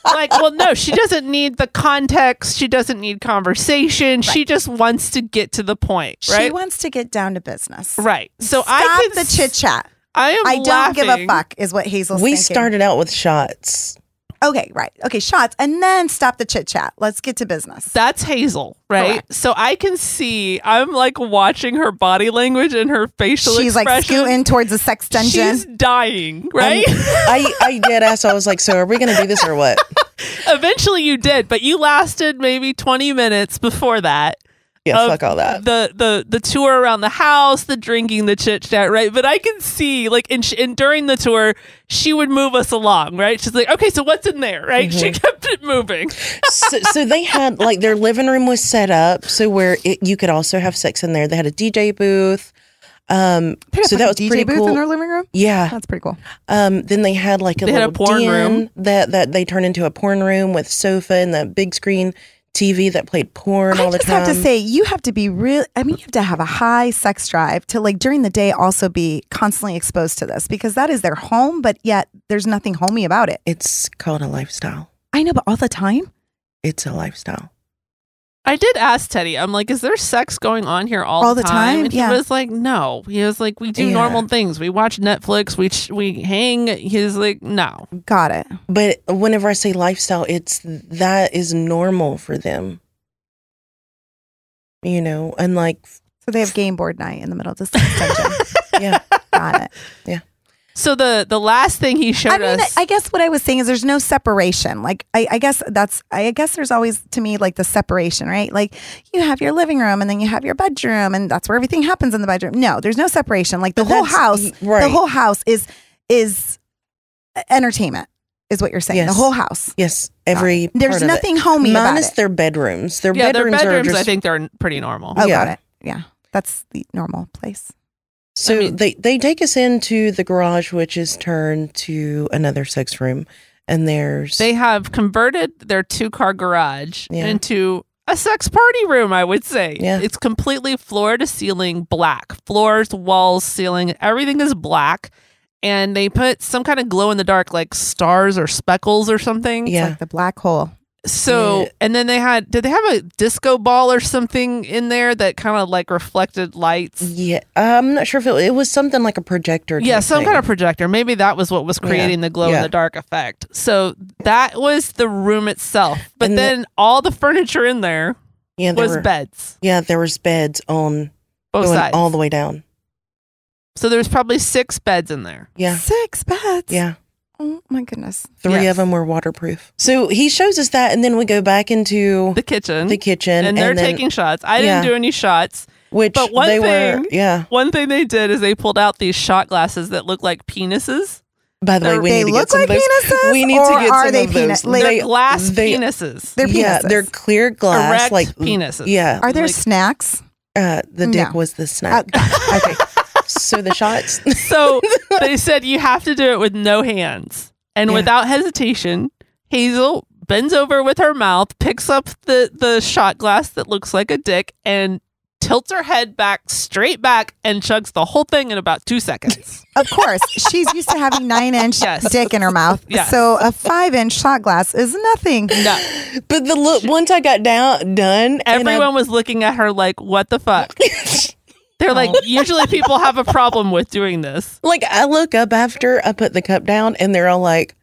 [SPEAKER 2] like well no, she doesn't need the context, she doesn't need conversation. She just wants to get to the point, right?
[SPEAKER 4] She wants to get down to business.
[SPEAKER 2] right. So
[SPEAKER 4] Stop
[SPEAKER 2] I can
[SPEAKER 4] the
[SPEAKER 2] s-
[SPEAKER 4] chit chat.
[SPEAKER 2] I am
[SPEAKER 4] I don't give a
[SPEAKER 2] laughing.
[SPEAKER 4] fuck, is what Hazel's
[SPEAKER 3] we
[SPEAKER 4] thinking.
[SPEAKER 3] started out with shots.
[SPEAKER 4] Okay, right. Okay, shots, and then stop the chit chat. Let's get to business.
[SPEAKER 2] That's Hazel, right? So I can see I'm like watching her body language and her facial
[SPEAKER 4] She's like
[SPEAKER 2] expression.
[SPEAKER 4] scooting towards the sex dungeon.
[SPEAKER 2] She's dying, right?
[SPEAKER 3] I'm- I I did ask. I was like, so are we going to do this or what?
[SPEAKER 2] Eventually you did, but you lasted maybe 20 minutes before that.
[SPEAKER 3] Yeah,
[SPEAKER 2] of
[SPEAKER 3] fuck all that.
[SPEAKER 2] The the the tour around the house, the drinking, the chit chat, right? But I can see like and, sh- and during the tour, she would move us along, right? She's like, okay, so what's in there, right?
[SPEAKER 4] Mm-hmm.
[SPEAKER 2] She kept it moving.
[SPEAKER 3] so, so they had like their living room was set up so where it, you could also have sex in there. They had a DJ booth. Um,
[SPEAKER 4] They got
[SPEAKER 3] so
[SPEAKER 4] a
[SPEAKER 3] that
[SPEAKER 4] fucking
[SPEAKER 3] was
[SPEAKER 4] DJ
[SPEAKER 3] pretty
[SPEAKER 4] booth
[SPEAKER 3] cool.
[SPEAKER 4] in our living room.
[SPEAKER 3] yeah.
[SPEAKER 4] That's pretty cool.
[SPEAKER 3] Um, then they had like a
[SPEAKER 2] They had a
[SPEAKER 3] little
[SPEAKER 2] porn
[SPEAKER 3] den
[SPEAKER 2] room.
[SPEAKER 3] that that they turned into a porn room with sofa and the big screen TV that played porn
[SPEAKER 4] I
[SPEAKER 3] all the
[SPEAKER 4] just
[SPEAKER 3] time.
[SPEAKER 4] have to say, you have to be real. I mean, you have to have a high sex drive to like during the day also be constantly exposed to this because that is their home, but yet there's nothing homey about it.
[SPEAKER 3] it's called a lifestyle.
[SPEAKER 4] I know, but all the time.
[SPEAKER 3] It's a lifestyle.
[SPEAKER 2] I did ask Teddy. I'm like, is there sex going on here all,
[SPEAKER 4] All the time?
[SPEAKER 2] And
[SPEAKER 4] Yeah.
[SPEAKER 2] he was like, no. He was like, we do
[SPEAKER 3] Yeah.
[SPEAKER 2] normal things. We watch Netflix. We ch- we hang. He's like, no.
[SPEAKER 4] Got it.
[SPEAKER 3] But whenever I say lifestyle, it's that is normal for them. You know, and like
[SPEAKER 4] So they have game board night in the middle of the sex dungeon.
[SPEAKER 3] yeah.
[SPEAKER 4] Got it.
[SPEAKER 2] So the the last thing he showed
[SPEAKER 4] I mean,
[SPEAKER 2] us.
[SPEAKER 4] I guess what I was saying is there's no separation. Like, I, I guess that's, I, I guess there's always to me like the separation, right? Like, you have your living room and then you have your bedroom, and that's where everything happens in the bedroom. No, there's no separation. Like the
[SPEAKER 3] But
[SPEAKER 4] whole
[SPEAKER 3] that's-
[SPEAKER 4] house,
[SPEAKER 3] y- right.
[SPEAKER 4] the whole house is is entertainment, is what you're saying. The
[SPEAKER 3] Yes.
[SPEAKER 4] whole house.
[SPEAKER 3] Yes, every
[SPEAKER 4] There's
[SPEAKER 3] part of it.
[SPEAKER 4] nothing homey about
[SPEAKER 3] Minus
[SPEAKER 4] it.
[SPEAKER 3] their bedrooms. Their
[SPEAKER 2] yeah, their
[SPEAKER 3] bedrooms,
[SPEAKER 2] bedrooms.
[SPEAKER 3] are just
[SPEAKER 2] I think they're pretty normal.
[SPEAKER 4] oh, got
[SPEAKER 3] yeah.
[SPEAKER 4] it. Yeah, that's the normal place.
[SPEAKER 3] so
[SPEAKER 2] I mean-
[SPEAKER 3] they they take us into the garage, which is turned to another sex room, and there's
[SPEAKER 2] They have converted their two car garage
[SPEAKER 3] Yeah.
[SPEAKER 2] into a sex party room, I would say.
[SPEAKER 3] Yeah.
[SPEAKER 2] It's completely floor to ceiling black. Floors, walls, ceiling, everything is black. And they put some kind of glow in the dark, like stars or speckles or something.
[SPEAKER 4] It's
[SPEAKER 3] Yeah.
[SPEAKER 4] like the black hole.
[SPEAKER 2] So,
[SPEAKER 3] Yeah.
[SPEAKER 2] and then they had, did they have a disco ball or something in there that kind of like reflected lights?
[SPEAKER 3] yeah, I'm not sure if it, it was something like a projector.
[SPEAKER 2] Yeah,
[SPEAKER 3] type
[SPEAKER 2] some
[SPEAKER 3] thing.
[SPEAKER 2] kind of projector. Maybe that was what was
[SPEAKER 3] Yeah.
[SPEAKER 2] creating the glow in
[SPEAKER 3] Yeah.
[SPEAKER 2] the dark effect. So that was the room itself. But
[SPEAKER 3] And the-
[SPEAKER 2] then all the furniture in there
[SPEAKER 3] yeah, there
[SPEAKER 2] was
[SPEAKER 3] were-
[SPEAKER 2] beds,
[SPEAKER 3] Yeah, there was beds on
[SPEAKER 2] both
[SPEAKER 3] going
[SPEAKER 2] sides.
[SPEAKER 3] all the way down.
[SPEAKER 2] so there's probably six beds in there.
[SPEAKER 3] Yeah,
[SPEAKER 4] Six beds.
[SPEAKER 3] yeah.
[SPEAKER 4] Oh my goodness.
[SPEAKER 3] Three
[SPEAKER 2] Yes.
[SPEAKER 3] of them were waterproof. So he shows us that, and then we go back into
[SPEAKER 2] The kitchen.
[SPEAKER 3] the kitchen,
[SPEAKER 2] and, they're
[SPEAKER 3] then,
[SPEAKER 2] taking shots. I didn't
[SPEAKER 3] Yeah.
[SPEAKER 2] do any shots.
[SPEAKER 3] which
[SPEAKER 2] but one
[SPEAKER 3] they
[SPEAKER 2] thing-
[SPEAKER 3] were. Yeah.
[SPEAKER 2] One thing they did is they pulled out these shot glasses that look like penises.
[SPEAKER 3] By the way, we
[SPEAKER 4] They
[SPEAKER 3] need to
[SPEAKER 4] look
[SPEAKER 3] get some
[SPEAKER 4] like
[SPEAKER 3] of those.
[SPEAKER 4] penises,
[SPEAKER 3] We need
[SPEAKER 4] or
[SPEAKER 3] to get
[SPEAKER 4] are
[SPEAKER 3] some
[SPEAKER 4] they
[SPEAKER 3] of those.
[SPEAKER 4] peni- like-
[SPEAKER 2] They're
[SPEAKER 4] They-
[SPEAKER 2] glass
[SPEAKER 3] they-
[SPEAKER 2] penises.
[SPEAKER 4] They're
[SPEAKER 3] Yeah,
[SPEAKER 4] penises.
[SPEAKER 3] they're clear glass,
[SPEAKER 2] Erect
[SPEAKER 3] like
[SPEAKER 2] penises.
[SPEAKER 3] Yeah,
[SPEAKER 4] Are there
[SPEAKER 2] like-
[SPEAKER 4] snacks?
[SPEAKER 3] uh, the dick
[SPEAKER 4] No.
[SPEAKER 3] was the snack.
[SPEAKER 4] Oh, okay.
[SPEAKER 3] so the shots.
[SPEAKER 2] So they said you have to do it with no hands. And
[SPEAKER 3] Yeah.
[SPEAKER 2] without hesitation, Hazel bends over with her mouth, picks up the, the shot glass that looks like a dick, and tilts her head back, straight back, and chugs the whole thing in about two seconds.
[SPEAKER 4] Of course, she's used to having nine inch
[SPEAKER 2] Yes.
[SPEAKER 4] dick in her mouth.
[SPEAKER 2] Yes.
[SPEAKER 4] So a five inch shot glass is nothing.
[SPEAKER 2] No.
[SPEAKER 3] But the look once I got down done, and I-
[SPEAKER 2] Everyone was looking at her like, what the fuck? They're like, usually people have a problem with doing this.
[SPEAKER 3] like I look up after I put the cup down, and they're all like,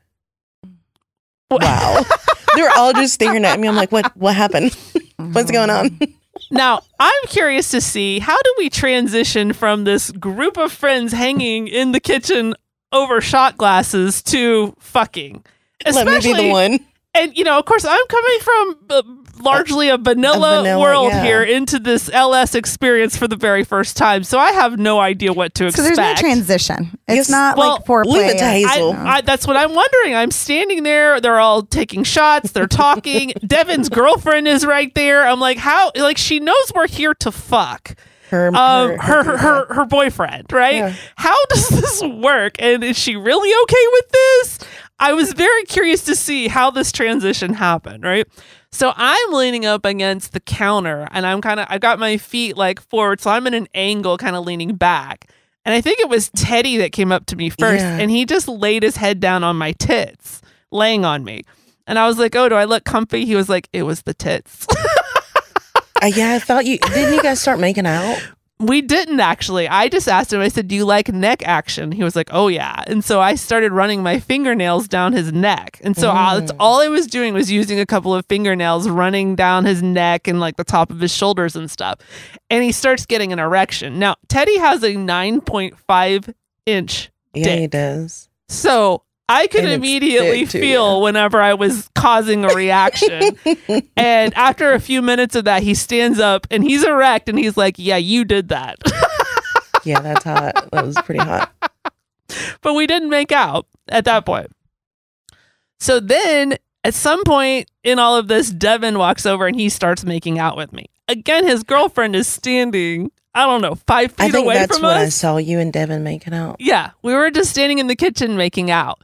[SPEAKER 3] "Wow." they're all just staring at me. I'm like, "What? What happened? What's going on?"
[SPEAKER 2] Now, I'm curious to see how do we transition from this group of friends hanging in the kitchen over shot glasses to fucking.
[SPEAKER 3] Let me be the
[SPEAKER 2] Especially-
[SPEAKER 3] one.
[SPEAKER 2] And you know, of course, I'm coming from uh, largely a vanilla,
[SPEAKER 3] A vanilla,
[SPEAKER 2] world
[SPEAKER 3] yeah.
[SPEAKER 2] here into this LS experience for the very first time, so I have no idea what to
[SPEAKER 4] So
[SPEAKER 2] expect.
[SPEAKER 4] there's no transition. It's
[SPEAKER 3] Yes.
[SPEAKER 4] not
[SPEAKER 2] Well,
[SPEAKER 4] like foreplay.
[SPEAKER 3] leave it to
[SPEAKER 4] or-
[SPEAKER 3] Hazel.
[SPEAKER 2] I, I, that's what I'm wondering. I'm standing there. They're all taking shots. They're talking. Devin's girlfriend is right there. I'm like, how? Like, she knows we're here to fuck.
[SPEAKER 3] Her,
[SPEAKER 2] um, her, her, her, her boyfriend, right?
[SPEAKER 3] Yeah.
[SPEAKER 2] How does this work? And is she really okay with this? I was very curious to see how this transition happened, right? So I'm leaning up against the counter and I'm kind of, I've got my feet like forward. So I'm in an angle, kind of leaning back. And I think it was Teddy that came up to me first,
[SPEAKER 3] Yeah.
[SPEAKER 2] and he just laid his head down on my tits, laying on me. And I was like, "Oh, do I look comfy?" He was like, "It was the tits."
[SPEAKER 3] Uh, yeah, I thought you didn't. You guys start making out.
[SPEAKER 2] we didn't actually. I just asked him. I said, "Do you like neck action?" He was like, "Oh yeah." And so I started running my fingernails down his neck. And so I, that's all I was doing was using a couple of fingernails running down his neck and like the top of his shoulders and stuff. And he starts getting an erection. Now Teddy has a nine point five inch
[SPEAKER 3] Yeah,
[SPEAKER 2] Dick.
[SPEAKER 3] he does.
[SPEAKER 2] So I could
[SPEAKER 3] And it's
[SPEAKER 2] immediately
[SPEAKER 3] thick, too,
[SPEAKER 2] feel whenever I was causing a reaction. and after a few minutes of that, he stands up and he's erect and he's like, Yeah, you did that.
[SPEAKER 3] Yeah, that's hot. that was pretty hot.
[SPEAKER 2] but we didn't make out at that point. So then at some point in all of this, Devin walks over and he starts making out with me. Again, his girlfriend is standing, I don't know, five feet
[SPEAKER 3] I think
[SPEAKER 2] away
[SPEAKER 3] that's
[SPEAKER 2] from
[SPEAKER 3] when
[SPEAKER 2] us.
[SPEAKER 3] I saw you and Devin making out.
[SPEAKER 2] Yeah, we were just standing in the kitchen making out,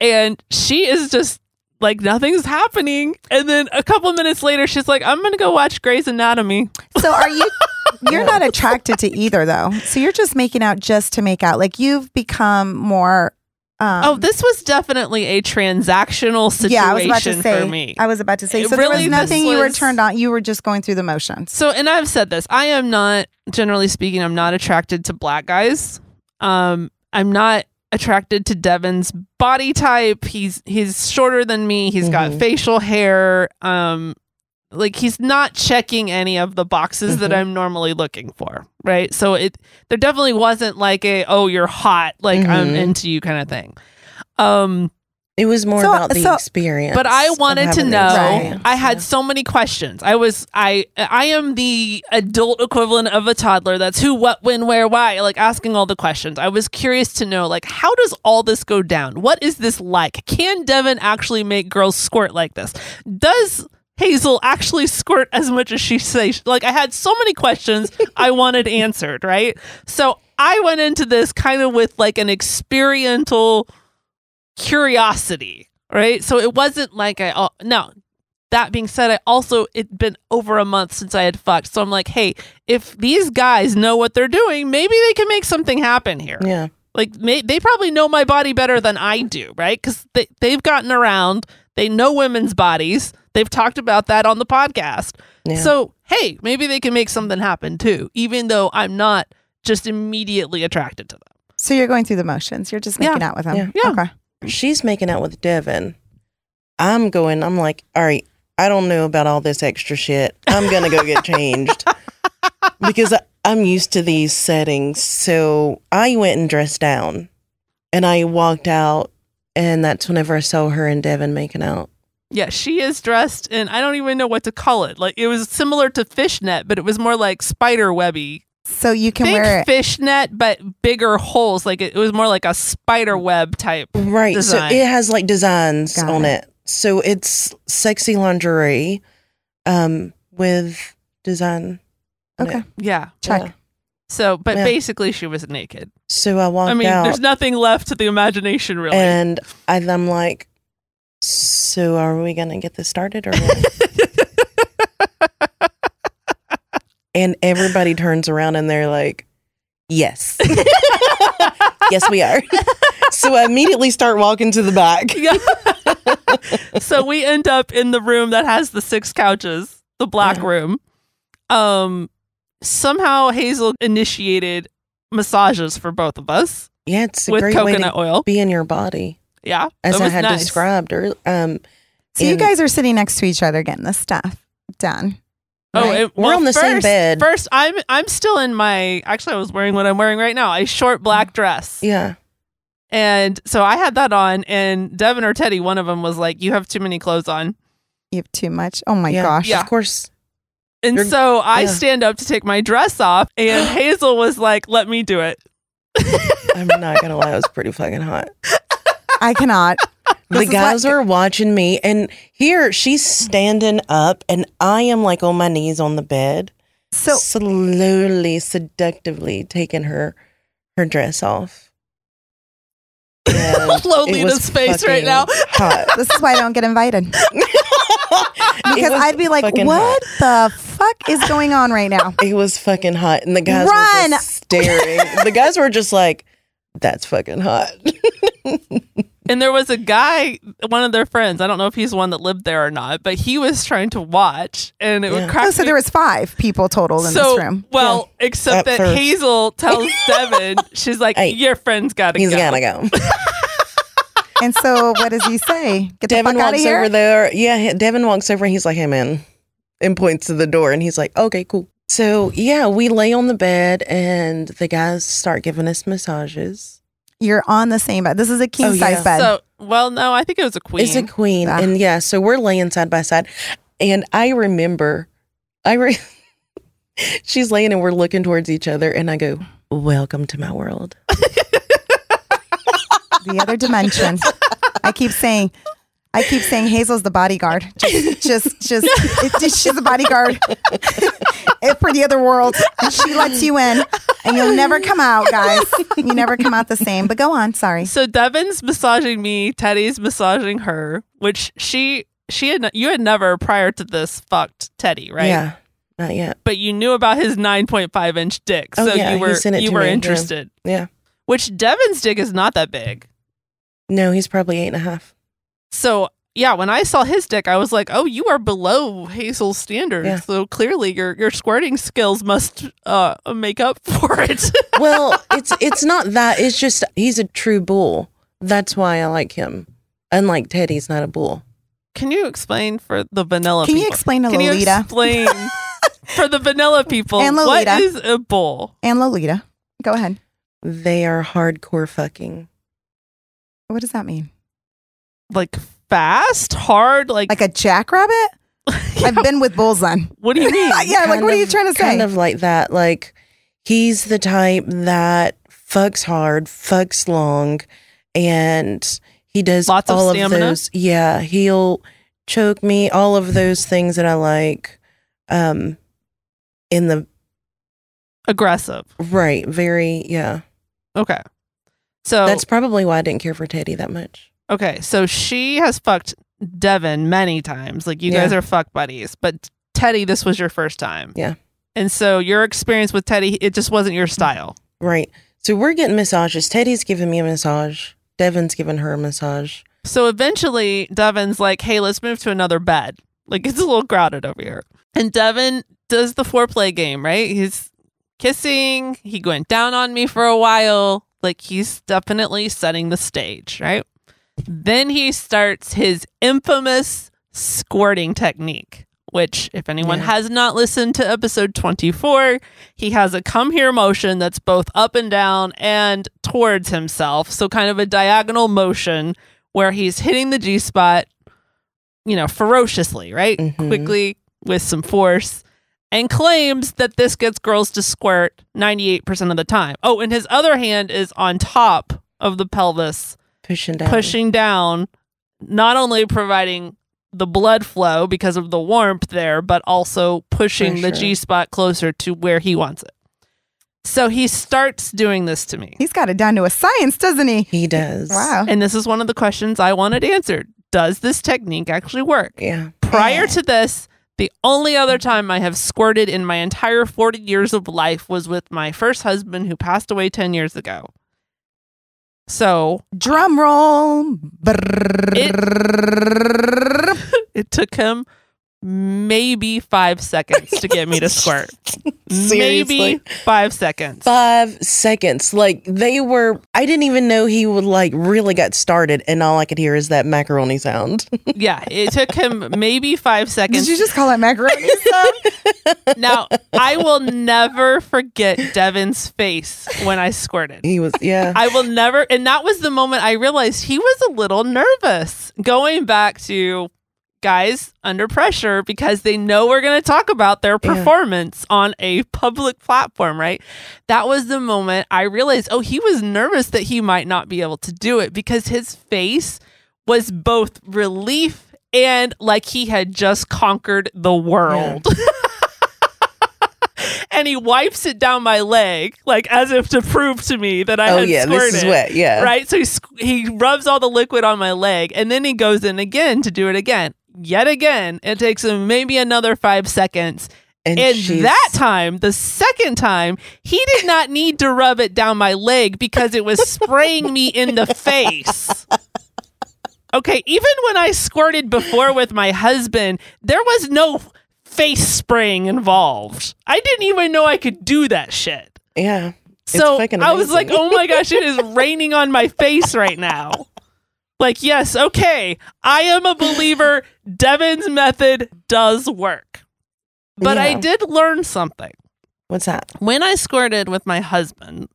[SPEAKER 2] and she is just like nothing's happening. And then a couple minutes later, she's like, "I'm gonna go watch Grey's Anatomy."
[SPEAKER 4] So are you? You're not attracted to either, though. So you're just making out just to make out. Like you've become more. Um,
[SPEAKER 2] oh, this was definitely a transactional situation
[SPEAKER 4] yeah. I was about to say.
[SPEAKER 2] for me.
[SPEAKER 4] I was about to say.
[SPEAKER 2] It
[SPEAKER 4] So there
[SPEAKER 2] really-
[SPEAKER 4] was
[SPEAKER 2] this
[SPEAKER 4] nothing you were
[SPEAKER 2] was-
[SPEAKER 4] turned on. You were just going through the motions.
[SPEAKER 2] so, and I've said this. I am not, generally speaking, I'm not attracted to black guys. Um, I'm not attracted to Devin's body type. He's he's shorter than me. He's got
[SPEAKER 3] Mhm.
[SPEAKER 2] facial hair. Um, like he's not checking any of the boxes that
[SPEAKER 3] Mhm.
[SPEAKER 2] I'm normally looking for, right? So it there definitely wasn't like a oh you're hot like I'm
[SPEAKER 3] Mhm.
[SPEAKER 2] into you kind of thing. Um,
[SPEAKER 3] It was more
[SPEAKER 4] So-
[SPEAKER 3] about the
[SPEAKER 4] so-
[SPEAKER 3] experience.
[SPEAKER 2] but I
[SPEAKER 3] of
[SPEAKER 2] wanted to
[SPEAKER 3] having the
[SPEAKER 2] know.
[SPEAKER 3] experience.
[SPEAKER 2] I had so many questions. I was I I am the adult equivalent of a toddler. That's who, what, when, where, why. Like asking all the questions. I was curious to know like how does all this go down? What is this like? Can Devin actually make girls squirt like this? Does Hazel actually squirt as much as she says? Like I had so many questions I wanted answered. Right. So I went into this kind of with like an experiential curiosity, right? So it wasn't like I oh, now. That being said, I also it'd been over a month since I had fucked, so I'm like, hey, if these guys know what they're doing, maybe they can make something happen here.
[SPEAKER 3] Yeah.
[SPEAKER 2] Like may, they probably know my body better than I do, right? Because they they've gotten around, they know women's bodies. They've talked about that on the podcast.
[SPEAKER 3] Yeah.
[SPEAKER 2] So hey, maybe they can make something happen too, even though I'm not just immediately attracted to them.
[SPEAKER 4] So you're going through the motions. You're just making out with him.
[SPEAKER 3] yeah,
[SPEAKER 2] yeah.
[SPEAKER 4] Okay.
[SPEAKER 3] she's making out with Devin. I'm going, I'm like, all right, I don't know about all this extra shit. I'm going to go get changed because I, I'm used to these settings. So I went and dressed down and I walked out. And that's whenever I saw her and Devin making out.
[SPEAKER 2] Yeah, she is dressed in I don't even know what to call it. Like it was similar to fishnet, but it was more like spider webby.
[SPEAKER 4] So you can
[SPEAKER 2] Think
[SPEAKER 4] wear it.
[SPEAKER 2] fishnet, but bigger holes. Like it, it was more like a spider web type.
[SPEAKER 3] Right.
[SPEAKER 2] Design.
[SPEAKER 3] So it has like designs
[SPEAKER 4] Got
[SPEAKER 3] on it. So it's sexy lingerie um, with design. on
[SPEAKER 4] Okay.
[SPEAKER 3] it.
[SPEAKER 2] Yeah.
[SPEAKER 4] Check.
[SPEAKER 3] Yeah.
[SPEAKER 2] So, but
[SPEAKER 3] Yeah. Oh,
[SPEAKER 2] basically, she was naked.
[SPEAKER 3] So I walked
[SPEAKER 2] I mean,
[SPEAKER 3] out.
[SPEAKER 2] there's nothing left to the imagination, really.
[SPEAKER 3] And I, I'm like, so are we going to get this started or what? and everybody turns around and they're like, yes. yes, we are. so I immediately start walking to the back.
[SPEAKER 2] Yeah. so we end up in the room that has the six couches, the black
[SPEAKER 3] Yeah.
[SPEAKER 2] room. Um, somehow Hazel initiated massages for both of us
[SPEAKER 3] Yeah, it's a
[SPEAKER 2] with
[SPEAKER 3] great way
[SPEAKER 2] coconut
[SPEAKER 3] to
[SPEAKER 2] oil.
[SPEAKER 3] be in your body,
[SPEAKER 2] Yeah,
[SPEAKER 3] as
[SPEAKER 2] that
[SPEAKER 3] I
[SPEAKER 2] was
[SPEAKER 3] had
[SPEAKER 2] nice.
[SPEAKER 3] described earlier. Um,
[SPEAKER 4] So you
[SPEAKER 3] And-
[SPEAKER 4] guys are sitting next to each other getting this stuff done.
[SPEAKER 2] Oh,
[SPEAKER 3] Right.
[SPEAKER 2] and-
[SPEAKER 3] We're
[SPEAKER 2] well,
[SPEAKER 3] on the same
[SPEAKER 2] first-
[SPEAKER 3] bed.
[SPEAKER 2] First, I'm I'm still in my. Actually, I was wearing what I'm wearing right now, a short black dress.
[SPEAKER 3] yeah.
[SPEAKER 2] And so I had that on, and Devin or Teddy, one of them was like, "You have too many clothes on."
[SPEAKER 4] You have too much. Oh my
[SPEAKER 3] yeah.
[SPEAKER 4] gosh.
[SPEAKER 2] Yeah.
[SPEAKER 3] Of course.
[SPEAKER 2] And
[SPEAKER 3] You're-
[SPEAKER 2] so I
[SPEAKER 3] yeah.
[SPEAKER 2] stand up to take my dress off, and Hazel was like, "Let me do it."
[SPEAKER 3] I'm not going to lie. It was pretty fucking hot.
[SPEAKER 4] I cannot.
[SPEAKER 3] the
[SPEAKER 4] This is
[SPEAKER 3] guys
[SPEAKER 4] what-
[SPEAKER 3] are watching me and here she's standing up and i am like on my knees on the bed
[SPEAKER 4] So
[SPEAKER 3] slowly seductively taking her her dress off And it was
[SPEAKER 2] Lolita's face right
[SPEAKER 3] fucking
[SPEAKER 2] now.
[SPEAKER 3] hot
[SPEAKER 4] this is why I don't get invited.
[SPEAKER 3] It
[SPEAKER 4] Because
[SPEAKER 3] was
[SPEAKER 4] I'd be like,
[SPEAKER 3] fucking
[SPEAKER 4] what the fuck is going on right now?
[SPEAKER 3] It was fucking hot, and the guys
[SPEAKER 4] Run!
[SPEAKER 3] were just staring. the guys were just like, "That's fucking hot."
[SPEAKER 2] And there was a guy, one of their friends. I don't know if he's the one that lived there or not, but he was trying to watch, and it would
[SPEAKER 3] Yeah.
[SPEAKER 2] crack.
[SPEAKER 4] Oh, so
[SPEAKER 2] me-
[SPEAKER 4] there was five people total in
[SPEAKER 2] So,
[SPEAKER 4] this room.
[SPEAKER 2] well, except
[SPEAKER 3] At
[SPEAKER 2] that
[SPEAKER 3] first.
[SPEAKER 2] Hazel tells Devin, she's like,
[SPEAKER 3] Hey.
[SPEAKER 2] "Your friend's got to
[SPEAKER 3] He's
[SPEAKER 2] go."
[SPEAKER 3] gotta go.
[SPEAKER 4] And so what does he say? Get the
[SPEAKER 3] Devin
[SPEAKER 4] fuck out of
[SPEAKER 3] walks
[SPEAKER 4] here.
[SPEAKER 3] over there. Yeah, he- Devin walks over and he's like, "Hey, man," and points to the door, and he's like, "Okay, cool." So yeah, we lay on the bed, and the guys start giving us massages.
[SPEAKER 4] You're on the same bed. This is a king
[SPEAKER 3] Oh,
[SPEAKER 4] size
[SPEAKER 3] yeah.
[SPEAKER 4] bed.
[SPEAKER 2] So, well, no, I think it was a queen.
[SPEAKER 3] It's a queen,
[SPEAKER 4] Ah.
[SPEAKER 3] and yeah, so we're laying side by side, and I remember, I re- she's laying and we're looking towards each other, and I go, "Welcome to my world."
[SPEAKER 4] the other dimension. I keep saying, I keep saying Hazel's the bodyguard. Just, just, just it, just- she's the bodyguard If for the other world. And she lets you in, and you'll never come out, guys. You never come out the same. But go on. Sorry.
[SPEAKER 2] So Devin's massaging me, Teddy's massaging her, which she she had you had never prior to this fucked Teddy, right?
[SPEAKER 3] Yeah, not yet.
[SPEAKER 2] But you knew about his 9.5 inch dick,
[SPEAKER 3] Oh,
[SPEAKER 2] so
[SPEAKER 3] yeah,
[SPEAKER 2] you
[SPEAKER 3] he
[SPEAKER 2] were
[SPEAKER 3] sent it
[SPEAKER 2] you
[SPEAKER 3] to
[SPEAKER 2] were
[SPEAKER 3] me, yeah.
[SPEAKER 2] interested.
[SPEAKER 3] Yeah.
[SPEAKER 2] Which Devin's dick is not that big.
[SPEAKER 3] No, he's probably eight and a half.
[SPEAKER 2] So yeah, when I saw his dick, I was like, "Oh, you are below Hazel's standards."
[SPEAKER 3] Yeah.
[SPEAKER 2] So clearly, your your squirting skills must uh, make up for it.
[SPEAKER 3] Well, it's it's not that. It's just he's a true bull. That's why I like him. Unlike Teddy's not a bull.
[SPEAKER 2] Can you explain for the vanilla?
[SPEAKER 4] Can you
[SPEAKER 2] people?
[SPEAKER 4] explain to
[SPEAKER 2] Can you
[SPEAKER 4] Lolita?
[SPEAKER 2] explain for the vanilla people
[SPEAKER 4] And
[SPEAKER 2] what
[SPEAKER 4] Lolita.
[SPEAKER 2] is a bull?
[SPEAKER 4] And Lolita, go ahead.
[SPEAKER 3] They are hardcore fucking.
[SPEAKER 4] What does that mean?
[SPEAKER 2] Like fast, hard, like,
[SPEAKER 4] Like a jackrabbit? I've been with bulls then.
[SPEAKER 2] what do you mean?
[SPEAKER 4] yeah. Like,
[SPEAKER 3] Kind
[SPEAKER 4] what are you
[SPEAKER 3] of-
[SPEAKER 4] trying to say?
[SPEAKER 3] Kind of like that. Like he's the type that fucks hard, fucks long, and he does
[SPEAKER 2] Lots of
[SPEAKER 3] all of,
[SPEAKER 2] stamina?
[SPEAKER 3] those. Yeah, he'll choke me. All of those things that I like. Um, in the
[SPEAKER 2] Aggressive.
[SPEAKER 3] right, very yeah.
[SPEAKER 2] Okay. So
[SPEAKER 3] That's probably why I didn't care for Teddy that much.
[SPEAKER 2] okay. So she has fucked Devin many times. Like you
[SPEAKER 3] Yeah.
[SPEAKER 2] guys are fuck buddies, but Teddy, this was your first time.
[SPEAKER 3] Yeah.
[SPEAKER 2] And so your experience with Teddy, it just wasn't your style.
[SPEAKER 3] Right. So we're getting massages. Teddy's giving me a massage. Devin's giving her a massage.
[SPEAKER 2] So eventually, Devin's like, hey, let's move to another bed. Like, it's a little crowded over here. And Devin does the foreplay game, right? He's kissing. He went down on me for a while. Like, he's definitely setting the stage, right? Then he starts his infamous squirting technique, which, if anyone
[SPEAKER 3] Yeah.
[SPEAKER 2] has not listened to episode 24, he has a come here motion that's both up and down and towards himself. So, kind of a diagonal motion where he's hitting the G spot, you know, ferociously, right?
[SPEAKER 3] Mhm.
[SPEAKER 2] Quickly with some force and claims that this gets girls to squirt 98% of the time. Oh, and his other hand is on top of the pelvis,
[SPEAKER 3] Pushing down.
[SPEAKER 2] pushing down, not only providing the blood flow because of the warmth there, but also pushing the
[SPEAKER 3] Pressure.
[SPEAKER 2] G spot closer to where he wants it. So he starts doing this to me.
[SPEAKER 4] He's got it down to a science, doesn't he?
[SPEAKER 3] He does.
[SPEAKER 4] Wow.
[SPEAKER 2] And this is one of the questions I wanted answered. Does this technique actually work?
[SPEAKER 3] Yeah.
[SPEAKER 2] Prior to this, the only other time I have squirted in my entire 40 years of life was with my first husband who passed away 10 years ago. So
[SPEAKER 4] Drum roll.
[SPEAKER 2] it took him maybe five seconds to get me to squirt. maybe
[SPEAKER 3] Seriously.
[SPEAKER 2] five seconds.
[SPEAKER 3] Five seconds. Like they were I didn't even know he would like really got started and all I could hear is that macaroni sound.
[SPEAKER 2] Yeah, it took him maybe five seconds.
[SPEAKER 4] Did you just call it macaroni?
[SPEAKER 2] now, I will never forget Devin's face when I squirted.
[SPEAKER 3] he was yeah.
[SPEAKER 2] I will never. And that was the moment I realized he was a little nervous going back to guys under pressure because they know we're going to talk about their
[SPEAKER 3] Yeah.
[SPEAKER 2] performance on a public platform, right? That was the moment I realized, oh, he was nervous that he might not be able to do it because his face was both relief and like he had just conquered the world. and he wipes it down my leg, like as if to prove to me that I
[SPEAKER 3] oh
[SPEAKER 2] had
[SPEAKER 3] yeah,
[SPEAKER 2] squirted.
[SPEAKER 3] this is wet. Yeah.
[SPEAKER 2] Right? So he, squ- he rubs all the liquid on my leg and then he goes in again to do it again. Yet again, it takes him maybe another five seconds.
[SPEAKER 3] And,
[SPEAKER 2] And
[SPEAKER 3] she's-
[SPEAKER 2] that time, the second time, he did not need to rub it down my leg because it was spraying me in the face. Okay, even when I squirted before with my husband, there was no face spraying involved. I didn't even know I could do that shit.
[SPEAKER 3] yeah,
[SPEAKER 2] So
[SPEAKER 3] fucking
[SPEAKER 2] I was like,
[SPEAKER 3] amazing.
[SPEAKER 2] oh my gosh, it is raining on my face right now. Like, yes, okay, I am a believer. Devin's method does work. But I
[SPEAKER 3] Yeah.
[SPEAKER 2] did learn something.
[SPEAKER 3] what's that?
[SPEAKER 2] When I squirted with my husband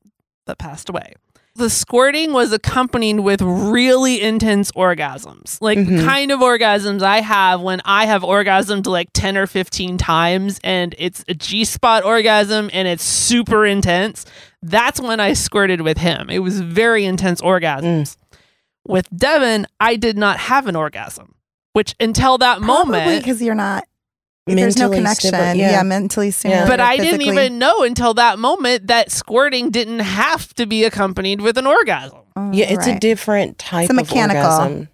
[SPEAKER 2] that passed away, the squirting was accompanied with really intense orgasms, like the
[SPEAKER 3] Mhm.
[SPEAKER 2] kind of orgasms I have when I have orgasmed like 10 or 15 times and it's a G spot orgasm and it's super intense. That's when I squirted with him. It was very intense
[SPEAKER 3] Mm.
[SPEAKER 2] orgasms. With Devin, I did not have an orgasm, which until that moment.
[SPEAKER 4] because you're not. there's no
[SPEAKER 3] Mm. Mentally
[SPEAKER 4] connection.
[SPEAKER 3] stable-
[SPEAKER 4] yeah. mm,
[SPEAKER 3] yeah.
[SPEAKER 4] mentally
[SPEAKER 3] Yeah.
[SPEAKER 4] stimulated.
[SPEAKER 2] but I didn't
[SPEAKER 4] physically.
[SPEAKER 2] even know until that moment that squirting didn't have to be accompanied with an orgasm.
[SPEAKER 4] Oh,
[SPEAKER 3] Yeah, it's a
[SPEAKER 4] right.
[SPEAKER 3] different type
[SPEAKER 4] It's a mechanical.
[SPEAKER 3] of orgasm.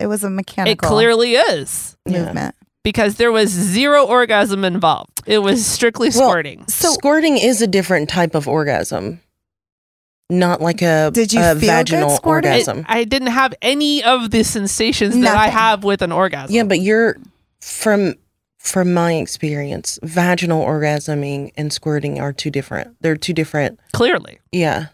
[SPEAKER 4] it was a mechanical
[SPEAKER 2] It clearly is
[SPEAKER 3] Yeah.
[SPEAKER 4] movement.
[SPEAKER 2] because there was zero orgasm involved. It was strictly
[SPEAKER 3] Well,
[SPEAKER 2] squirting.
[SPEAKER 4] So
[SPEAKER 3] squirting is a different type of orgasm, not like a
[SPEAKER 4] Did you
[SPEAKER 3] a
[SPEAKER 4] feel good
[SPEAKER 3] vaginal
[SPEAKER 4] squirting?
[SPEAKER 2] It-
[SPEAKER 3] orgasm.
[SPEAKER 2] I didn't have any of the sensations that I
[SPEAKER 4] Nothing.
[SPEAKER 2] have with an orgasm.
[SPEAKER 3] yeah, but you're from from my experience, vaginal orgasming and squirting are two different. They're two different.
[SPEAKER 2] clearly.
[SPEAKER 3] Yeah,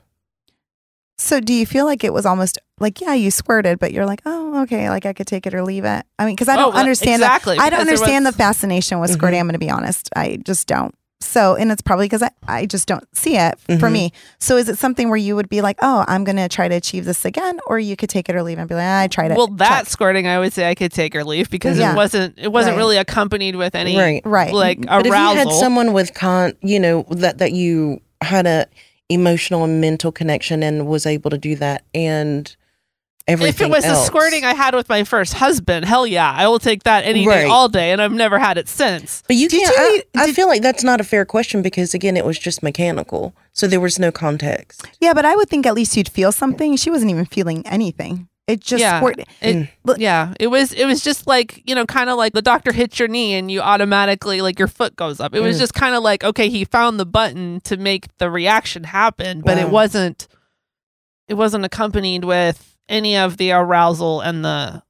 [SPEAKER 4] So do you feel like it was almost like yeah, you squirted, but you're like, oh, okay, like I could take it or leave it. I mean, because I
[SPEAKER 2] Oh,
[SPEAKER 4] don't
[SPEAKER 2] well,
[SPEAKER 4] understand.
[SPEAKER 2] exactly,
[SPEAKER 4] The, I don't
[SPEAKER 2] because there
[SPEAKER 4] understand
[SPEAKER 2] was- Mm-hmm.
[SPEAKER 4] the fascination with squirting. I'm going to be honest. I just don't. So, and it's probably because I, I just don't see it for
[SPEAKER 2] Mm-hmm.
[SPEAKER 3] Mhm.
[SPEAKER 4] me. So, is it something where you would be like, oh, I'm going to try to achieve this again, or you could take it or leave it and be like, ah, I tried it.
[SPEAKER 2] Well, that
[SPEAKER 4] Check.
[SPEAKER 2] squirting, I would say I could take or leave because
[SPEAKER 4] Yeah.
[SPEAKER 2] it wasn't. It wasn't
[SPEAKER 4] Right.
[SPEAKER 2] really accompanied with any
[SPEAKER 3] right.
[SPEAKER 4] right.
[SPEAKER 2] like
[SPEAKER 3] But if you
[SPEAKER 2] arousal.
[SPEAKER 3] had someone with con, you know that that you had a emotional and mental connection and was able to do that, and
[SPEAKER 2] if it
[SPEAKER 3] everything.
[SPEAKER 2] was the
[SPEAKER 3] else-
[SPEAKER 2] squirting I had with my first husband, hell yeah, I will take that any day,
[SPEAKER 3] Right.
[SPEAKER 2] all day, and I've never had it since.
[SPEAKER 3] But you
[SPEAKER 4] Did
[SPEAKER 3] can't.
[SPEAKER 4] you
[SPEAKER 3] I-
[SPEAKER 4] need-
[SPEAKER 3] I, feel like that's not a fair question because again, it was just mechanical, so there was no context.
[SPEAKER 4] yeah, but I would think at least you'd feel something. She wasn't even feeling anything. It just
[SPEAKER 2] Yeah.
[SPEAKER 4] squirted.
[SPEAKER 2] It,
[SPEAKER 3] Mm.
[SPEAKER 4] Look-
[SPEAKER 2] yeah, it was it was just like you know, kind of like the doctor hits your knee and you automatically like your foot goes up. It was
[SPEAKER 3] Mm.
[SPEAKER 2] just kind of like okay, he found the button to make the reaction happen, but it
[SPEAKER 3] Wow.
[SPEAKER 2] wasn't it wasn't accompanied with any of the arousal and the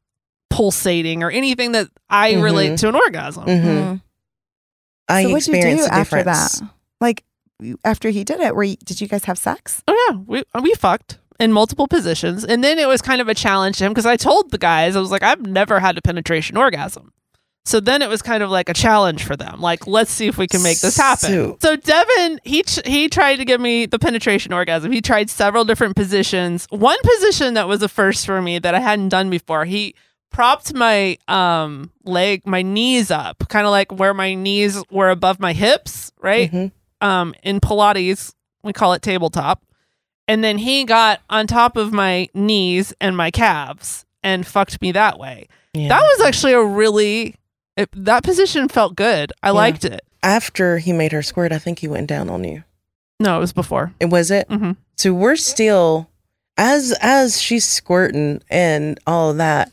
[SPEAKER 2] pulsating or anything that I relate
[SPEAKER 3] Mhm.
[SPEAKER 2] to an orgasm.
[SPEAKER 3] hmm I
[SPEAKER 4] Oh. Mm. so what'd you do
[SPEAKER 3] experienced a
[SPEAKER 4] after
[SPEAKER 3] difference.
[SPEAKER 4] that? Like you- after he did it, were you, did you guys have sex?
[SPEAKER 2] Oh yeah, we we fucked in multiple positions, and then it was kind of a challenge to him because I told the guys I was like, I've never had a penetration orgasm. So then it was kind of like a challenge for them. Like, let's see if we can make this happen.
[SPEAKER 3] So-
[SPEAKER 2] So Devin, he ch- he tried to give me the penetration orgasm. He tried several different positions. One position that was a first for me that I hadn't done before. He propped my um leg, my knees up, kind of like where my knees were above my hips, right?
[SPEAKER 3] Mhm.
[SPEAKER 2] um, in Pilates, we call it tabletop. And then he got on top of my knees and my calves and fucked me that way.
[SPEAKER 3] Yeah.
[SPEAKER 2] That was actually a really, it, that position felt good. I
[SPEAKER 3] Yeah.
[SPEAKER 2] liked it.
[SPEAKER 3] after he made her squirt. I think he went down on you.
[SPEAKER 2] No, it was before.
[SPEAKER 3] It was it.
[SPEAKER 2] Mhm.
[SPEAKER 3] So we're still as as she's squirting and all of that.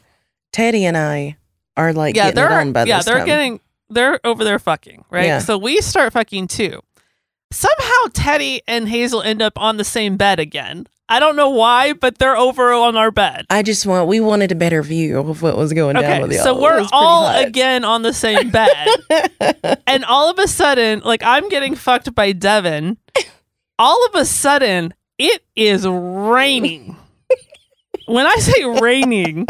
[SPEAKER 3] Teddy and I are like
[SPEAKER 2] yeah,
[SPEAKER 3] getting
[SPEAKER 2] they're
[SPEAKER 3] it on by
[SPEAKER 2] yeah,
[SPEAKER 3] this
[SPEAKER 2] they're
[SPEAKER 3] time.
[SPEAKER 2] getting they're over there fucking right.
[SPEAKER 3] Yeah.
[SPEAKER 2] So we start fucking too. Somehow Teddy and Hazel end up on the same bed again. I don't know why, but they're over on our bed.
[SPEAKER 3] I just want we wanted a better view of what was going down with
[SPEAKER 2] Okay,
[SPEAKER 3] y'all.
[SPEAKER 2] so
[SPEAKER 3] It
[SPEAKER 2] we're
[SPEAKER 3] was pretty
[SPEAKER 2] all
[SPEAKER 3] hot.
[SPEAKER 2] again on the same bed. and all of a sudden, like I'm getting fucked by Devin. All of a sudden, it is raining. when I say raining,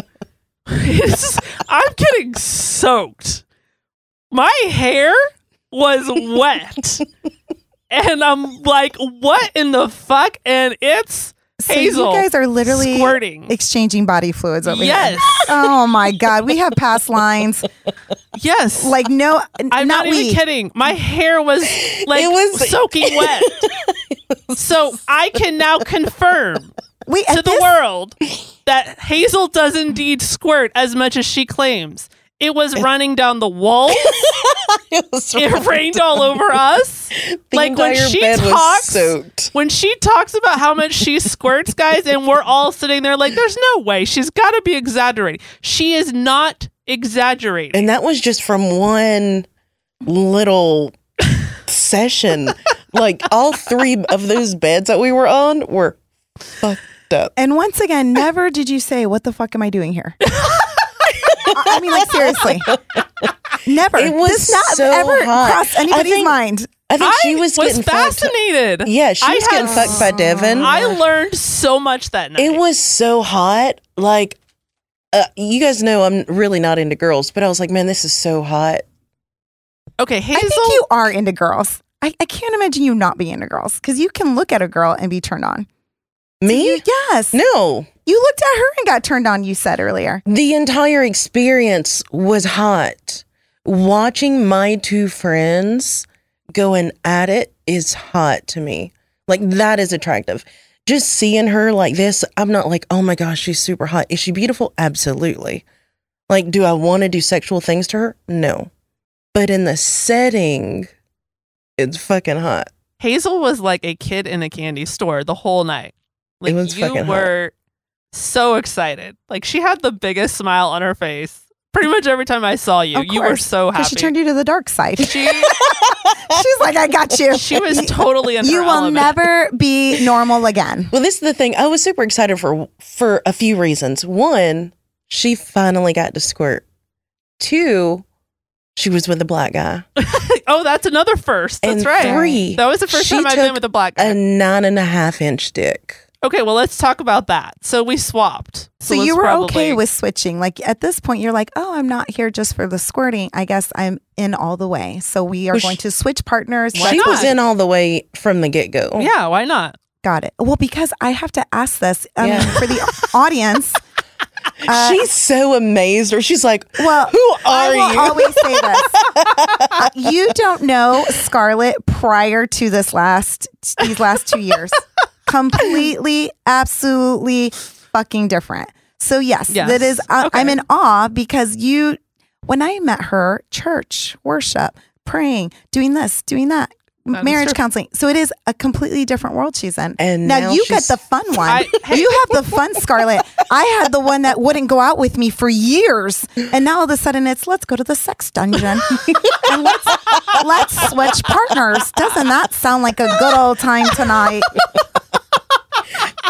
[SPEAKER 2] it's, I'm getting soaked. My hair was wet. and I'm like, what in the fuck? And it's
[SPEAKER 4] So
[SPEAKER 2] Hazel
[SPEAKER 4] you guys are literally
[SPEAKER 2] squirting.
[SPEAKER 4] exchanging body fluids over here.
[SPEAKER 2] Yes.
[SPEAKER 4] Oh my God, we have past lines.
[SPEAKER 2] Yes.
[SPEAKER 4] Like no,
[SPEAKER 2] I'm not,
[SPEAKER 4] we.
[SPEAKER 2] even kidding. My hair was like
[SPEAKER 3] It was-
[SPEAKER 2] soaking wet. so I can now confirm
[SPEAKER 4] Wait,
[SPEAKER 2] to
[SPEAKER 4] at
[SPEAKER 2] the
[SPEAKER 4] this,
[SPEAKER 2] world that Hazel does indeed squirt as much as she claims. It was running down the walls.
[SPEAKER 3] It was
[SPEAKER 2] It rained all over us.
[SPEAKER 3] The
[SPEAKER 2] like when
[SPEAKER 3] entire
[SPEAKER 2] she
[SPEAKER 3] bed was
[SPEAKER 2] talks,
[SPEAKER 3] soaked.
[SPEAKER 2] when she talks about how much she squirts, guys, and we're all sitting there like, "There's no way she's got to be exaggerating." She is not exaggerating.
[SPEAKER 3] and that was just from one little session. like all three of those beds that we were on were fucked up.
[SPEAKER 4] And once again, never did you say, "What the fuck am I doing here?" I I mean, like seriously, never.
[SPEAKER 3] It was
[SPEAKER 4] this not
[SPEAKER 3] so
[SPEAKER 4] ever
[SPEAKER 3] hot.
[SPEAKER 4] crossed
[SPEAKER 3] I
[SPEAKER 4] anybody's
[SPEAKER 3] think-
[SPEAKER 4] mind.
[SPEAKER 3] I think she was, getting fucked.
[SPEAKER 2] fascinated.
[SPEAKER 3] Yeah, she
[SPEAKER 2] I
[SPEAKER 3] was getting
[SPEAKER 2] had-
[SPEAKER 3] fucked by
[SPEAKER 4] Oh
[SPEAKER 3] Devin.
[SPEAKER 2] I learned so much that night.
[SPEAKER 3] It was so hot. Like, uh, you guys know I'm really not into girls, but I was like, man, this is so hot.
[SPEAKER 2] okay, Hazel.
[SPEAKER 4] I think you are into girls. I, I can't imagine you not being into girls because you can look at a girl and be turned on.
[SPEAKER 3] Me?
[SPEAKER 4] Yes.
[SPEAKER 3] No.
[SPEAKER 4] You looked at her and got turned on, you said earlier.
[SPEAKER 3] The entire experience was hot. Watching my two friends going at it is hot to me. Like, that is attractive. Just seeing her like this, I'm not like, oh my gosh, she's super hot. Is she beautiful? Absolutely. Like, do I want to do sexual things to her? No. But in the setting, it's fucking hot.
[SPEAKER 2] Hazel was like a kid in a candy store the whole night. Like
[SPEAKER 3] was
[SPEAKER 2] you
[SPEAKER 3] fucking hot.
[SPEAKER 2] were so excited. Like she had the biggest smile on her face. Pretty much every time I saw you,
[SPEAKER 4] Of
[SPEAKER 2] you were
[SPEAKER 4] course,
[SPEAKER 2] so happy.
[SPEAKER 4] Because she turned you to the dark side.
[SPEAKER 2] she,
[SPEAKER 4] She's like, I got you.
[SPEAKER 2] she was totally in
[SPEAKER 4] You
[SPEAKER 2] her
[SPEAKER 4] will
[SPEAKER 2] element.
[SPEAKER 4] never be normal again.
[SPEAKER 3] Well, this is the thing. I was super excited for for a few reasons. One, she finally got to squirt. Two, she was with a black guy.
[SPEAKER 2] Oh, that's another first. That's
[SPEAKER 3] and
[SPEAKER 2] right.
[SPEAKER 3] Three,
[SPEAKER 2] That was the first
[SPEAKER 3] she
[SPEAKER 2] time I've been
[SPEAKER 3] took
[SPEAKER 2] with a black guy.
[SPEAKER 3] a nine and a half inch dick.
[SPEAKER 2] okay, well let's talk about that. So we swapped.
[SPEAKER 4] So,
[SPEAKER 2] let's
[SPEAKER 4] you were
[SPEAKER 2] probably-
[SPEAKER 4] okay with switching. Like at this point, you're like, oh, I'm not here just for the squirting. I guess I'm in all the way. So we are
[SPEAKER 3] Well,
[SPEAKER 4] going
[SPEAKER 3] she-
[SPEAKER 4] to switch partners.
[SPEAKER 2] Why
[SPEAKER 3] she
[SPEAKER 2] not?
[SPEAKER 3] was in all the way from the get go.
[SPEAKER 2] Yeah, why not?
[SPEAKER 4] Got it. Well, because I have to ask this I mean,
[SPEAKER 3] Yeah.
[SPEAKER 4] for the audience. uh,
[SPEAKER 3] she's so amazed, or she's like,
[SPEAKER 4] Well,
[SPEAKER 3] "Who are
[SPEAKER 4] I will
[SPEAKER 3] you?"
[SPEAKER 4] always say this. Uh, you don't know Scarlett prior to this last these last two years. Completely, absolutely, fucking different. So yes,
[SPEAKER 2] Yes.
[SPEAKER 4] that is. I I'm
[SPEAKER 2] Okay.
[SPEAKER 4] in awe because you. When I met her, church worship, praying, doing this, doing that, m-
[SPEAKER 2] That is
[SPEAKER 4] marriage
[SPEAKER 2] true.
[SPEAKER 4] counseling. So it is a completely different world she's in.
[SPEAKER 3] And
[SPEAKER 4] now,
[SPEAKER 3] now
[SPEAKER 4] you
[SPEAKER 3] she's-
[SPEAKER 4] get the fun one.
[SPEAKER 2] I-
[SPEAKER 4] you have the fun Scarlet. I had the one that wouldn't go out with me for years, and now all of a sudden it's let's go to the sex dungeon and let's let's switch partners. Doesn't that sound like a good old time tonight?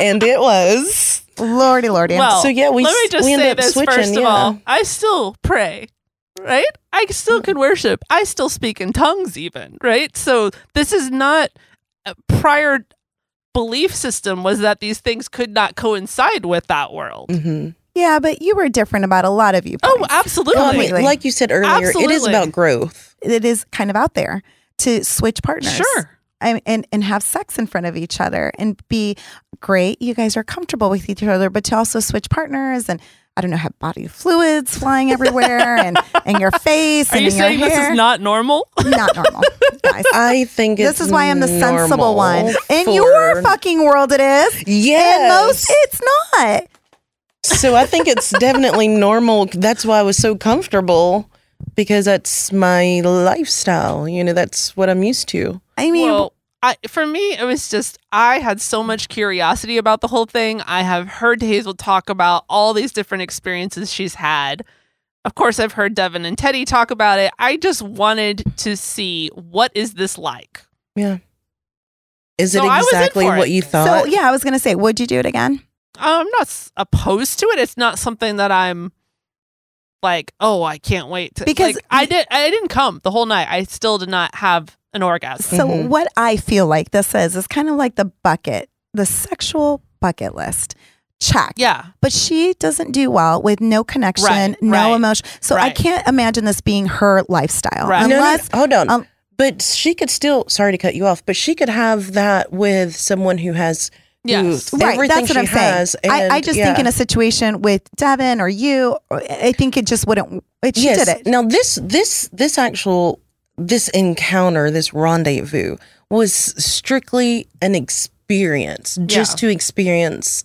[SPEAKER 3] and it was.
[SPEAKER 4] Lordy, lordy. I'm
[SPEAKER 2] Well,
[SPEAKER 3] So, yeah, we
[SPEAKER 2] let me
[SPEAKER 3] s-
[SPEAKER 2] just
[SPEAKER 3] we ended
[SPEAKER 2] say
[SPEAKER 3] up
[SPEAKER 2] this
[SPEAKER 3] switching,
[SPEAKER 2] first of
[SPEAKER 3] yeah.
[SPEAKER 2] all. I still pray, right? I still could worship. I still speak in tongues, even right. So this is not a prior belief system was that these things could not coincide with that world.
[SPEAKER 3] Mhm.
[SPEAKER 4] yeah, but you were different about a lot of you.
[SPEAKER 2] Oh,
[SPEAKER 4] points.
[SPEAKER 2] absolutely.
[SPEAKER 4] Completely.
[SPEAKER 3] Like, like you said earlier, it is
[SPEAKER 2] Absolutely.
[SPEAKER 3] about growth.
[SPEAKER 4] it is kind of out there to switch partners.
[SPEAKER 2] Sure.
[SPEAKER 4] I- and and have sex in front of each other and be great. You guys are comfortable with each other, but to also switch partners and I don't know, have body fluids flying everywhere and and your face
[SPEAKER 2] Are
[SPEAKER 4] and
[SPEAKER 2] you
[SPEAKER 4] in your
[SPEAKER 2] saying
[SPEAKER 4] hair.
[SPEAKER 2] this is not normal?
[SPEAKER 4] Not normal, guys.
[SPEAKER 3] I think it's
[SPEAKER 4] this is why I'm the sensible
[SPEAKER 3] normal
[SPEAKER 4] one. In
[SPEAKER 3] for-
[SPEAKER 4] your fucking world, it is.
[SPEAKER 3] yes.
[SPEAKER 4] In most, it's not.
[SPEAKER 3] So I think it's definitely normal. That's why I was so comfortable because that's my lifestyle. You know, that's what I'm used to.
[SPEAKER 4] I mean,
[SPEAKER 2] well, I, for me, it was just I had so much curiosity about the whole thing. I have heard Hazel talk about all these different experiences she's had. Of course, I've heard Devin and Teddy talk about it. I just wanted to see what is this like.
[SPEAKER 3] Yeah. Is
[SPEAKER 2] So
[SPEAKER 3] it
[SPEAKER 2] I was in
[SPEAKER 3] exactly
[SPEAKER 2] for
[SPEAKER 3] what
[SPEAKER 2] it.
[SPEAKER 3] you
[SPEAKER 4] so
[SPEAKER 3] thought?
[SPEAKER 4] yeah, I was gonna say, would you do it again?
[SPEAKER 2] I'm not s- opposed to it. It's not something that I'm like, oh, I can't wait to
[SPEAKER 4] Because-
[SPEAKER 2] like, I did. I didn't come the whole night. I still did not have an orgasm.
[SPEAKER 4] So
[SPEAKER 3] Mhm.
[SPEAKER 4] what I feel like this is is kind of like the bucket, the sexual bucket list. Check.
[SPEAKER 2] Yeah,
[SPEAKER 4] But she doesn't do well with no connection,
[SPEAKER 2] Right,
[SPEAKER 4] no
[SPEAKER 2] right,
[SPEAKER 4] emotion. So I
[SPEAKER 2] right.
[SPEAKER 4] can't imagine this being her lifestyle.
[SPEAKER 2] Right.
[SPEAKER 3] No, no,
[SPEAKER 4] Unless
[SPEAKER 3] no, hold on.
[SPEAKER 4] um,
[SPEAKER 3] but she could still, sorry to cut you off, but she could have that with someone who has who
[SPEAKER 2] Yes.
[SPEAKER 4] Right,
[SPEAKER 3] everything
[SPEAKER 4] that's what
[SPEAKER 3] she
[SPEAKER 4] I'm
[SPEAKER 3] has.
[SPEAKER 4] saying. I, I
[SPEAKER 3] and-
[SPEAKER 4] just
[SPEAKER 3] yeah.
[SPEAKER 4] think in a situation with Devin or you, or- I think it just wouldn't. It, she
[SPEAKER 3] yes.
[SPEAKER 4] did it.
[SPEAKER 3] Now this this this actual this encounter, this rendezvous was strictly an experience, just to experience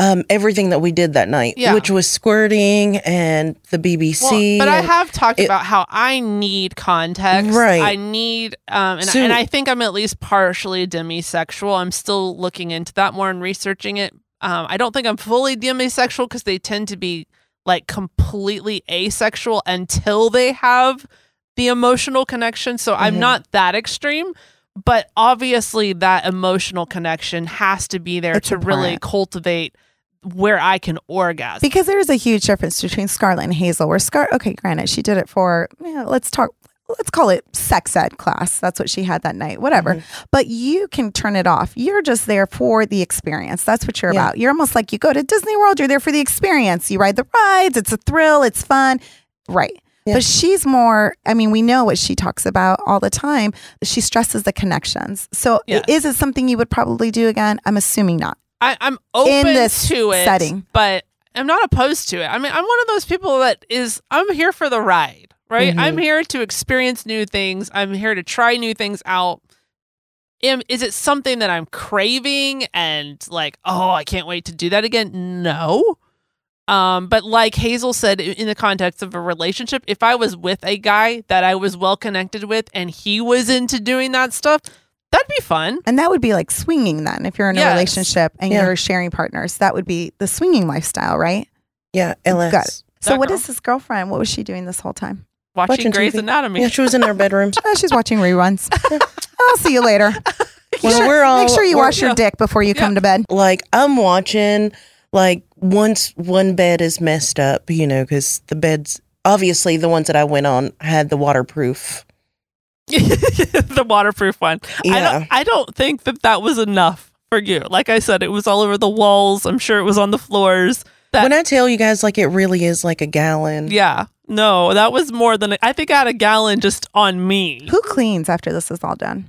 [SPEAKER 3] um everything that we did that night,
[SPEAKER 2] Yeah.
[SPEAKER 3] which was squirting and the
[SPEAKER 2] Well,
[SPEAKER 3] BBC.
[SPEAKER 2] but I
[SPEAKER 3] and-
[SPEAKER 2] have talked
[SPEAKER 3] it-
[SPEAKER 2] about how I need context.
[SPEAKER 3] Right.
[SPEAKER 2] I need, um, and,
[SPEAKER 3] So-
[SPEAKER 2] and I think I'm at least partially demisexual. I'm still looking into that more and researching it. Um, I don't think I'm fully demisexual because they tend to be like completely asexual until they have the emotional connection. So I'm
[SPEAKER 3] Mhm.
[SPEAKER 2] not that extreme, but obviously that emotional connection has to be there
[SPEAKER 4] It's
[SPEAKER 2] to really
[SPEAKER 4] important.
[SPEAKER 2] cultivate where I can orgasm.
[SPEAKER 4] because there is a huge difference between Scarlett and Hazel. Where Scar, okay, granted, she did it for yeah, let's talk, let's call it sex ed class. That's what she had that night, whatever.
[SPEAKER 3] Mm-hmm.
[SPEAKER 4] But you can turn it off. You're just there for the experience. That's what you're
[SPEAKER 3] Yeah.
[SPEAKER 4] about. You're almost like you go to Disney World. You're there for the experience. You ride the rides. It's a thrill. It's fun, right?
[SPEAKER 3] Yeah.
[SPEAKER 4] But she's more. I mean, we know what she talks about all the time. She stresses the connections. So, i-
[SPEAKER 2] Yes.
[SPEAKER 4] is it something you would probably do again? I'm assuming not.
[SPEAKER 2] I, I'm open
[SPEAKER 4] this
[SPEAKER 2] to it,
[SPEAKER 4] setting.
[SPEAKER 2] but I'm not opposed to it. I mean, I'm one of those people that is I'm here for the ride, right?
[SPEAKER 3] Mhm.
[SPEAKER 2] I'm here to experience new things. I'm here to try new things out. Am, is it something that I'm craving and like, oh, I can't wait to do that again? No. Um, but like Hazel said, i- in the context of a relationship, if I was with a guy that I was well connected with and he was into doing that stuff, that'd be fun.
[SPEAKER 4] And that would be like swinging then if you're in a
[SPEAKER 2] Yes.
[SPEAKER 4] relationship and
[SPEAKER 3] Yeah.
[SPEAKER 4] you're sharing partners. That would be the swinging lifestyle, right?
[SPEAKER 3] Yeah, LS.
[SPEAKER 4] Got it. So
[SPEAKER 2] That
[SPEAKER 4] what
[SPEAKER 2] girl.
[SPEAKER 4] is this girlfriend? What was she doing this whole time?
[SPEAKER 2] Watching,
[SPEAKER 3] Watching
[SPEAKER 2] Grey's
[SPEAKER 3] TV.
[SPEAKER 2] Anatomy.
[SPEAKER 3] Yeah, she was in our bedrooms.
[SPEAKER 4] Oh, she's watching reruns. I'll see you later.
[SPEAKER 3] well,
[SPEAKER 4] Sure,
[SPEAKER 3] we're all
[SPEAKER 4] Make sure you
[SPEAKER 3] we're-
[SPEAKER 4] wash
[SPEAKER 2] Oh,
[SPEAKER 4] your
[SPEAKER 2] yeah.
[SPEAKER 4] dick before you come to bed.
[SPEAKER 3] like I'm watching like once one bed is messed up, you know, because the beds obviously the ones that I went on had the waterproof.
[SPEAKER 2] the waterproof one. I
[SPEAKER 3] Yeah.
[SPEAKER 2] don't. I don't think that that was enough for you. Like I said, it was all over the walls. I'm sure it was on the floors. That
[SPEAKER 3] When I tell you guys, like it really is like a gallon.
[SPEAKER 2] yeah. No, that was more than I think. I had a gallon just on me.
[SPEAKER 4] Who cleans after this is all done?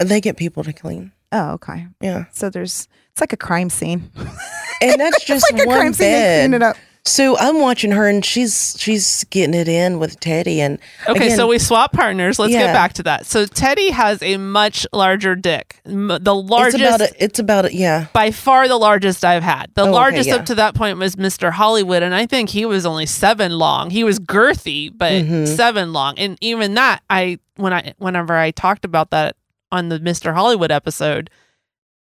[SPEAKER 3] They get people to clean.
[SPEAKER 4] Oh, okay.
[SPEAKER 3] Yeah,
[SPEAKER 4] So there's it's like a crime scene.
[SPEAKER 3] and that's just
[SPEAKER 4] Like a
[SPEAKER 3] one
[SPEAKER 4] crime scene. They clean it
[SPEAKER 3] bed.
[SPEAKER 4] up.
[SPEAKER 3] So I'm watching her, and she's she's getting it in with Teddy, and
[SPEAKER 2] Okay,
[SPEAKER 3] again,
[SPEAKER 2] so we swap partners. Let's get
[SPEAKER 3] Yeah.
[SPEAKER 2] back to that. So Teddy has a much larger dick, M- the
[SPEAKER 3] it's
[SPEAKER 2] largest
[SPEAKER 3] about it. It's about it. Yeah,
[SPEAKER 2] by far the largest I've had. The
[SPEAKER 3] okay,
[SPEAKER 2] largest
[SPEAKER 3] yeah.
[SPEAKER 2] up to that point was Mr. Hollywood, and I think he was only seven long. He was girthy, but
[SPEAKER 3] Mhm.
[SPEAKER 2] seven long. And even that, I when I whenever I talked about that on the Mr. Hollywood episode,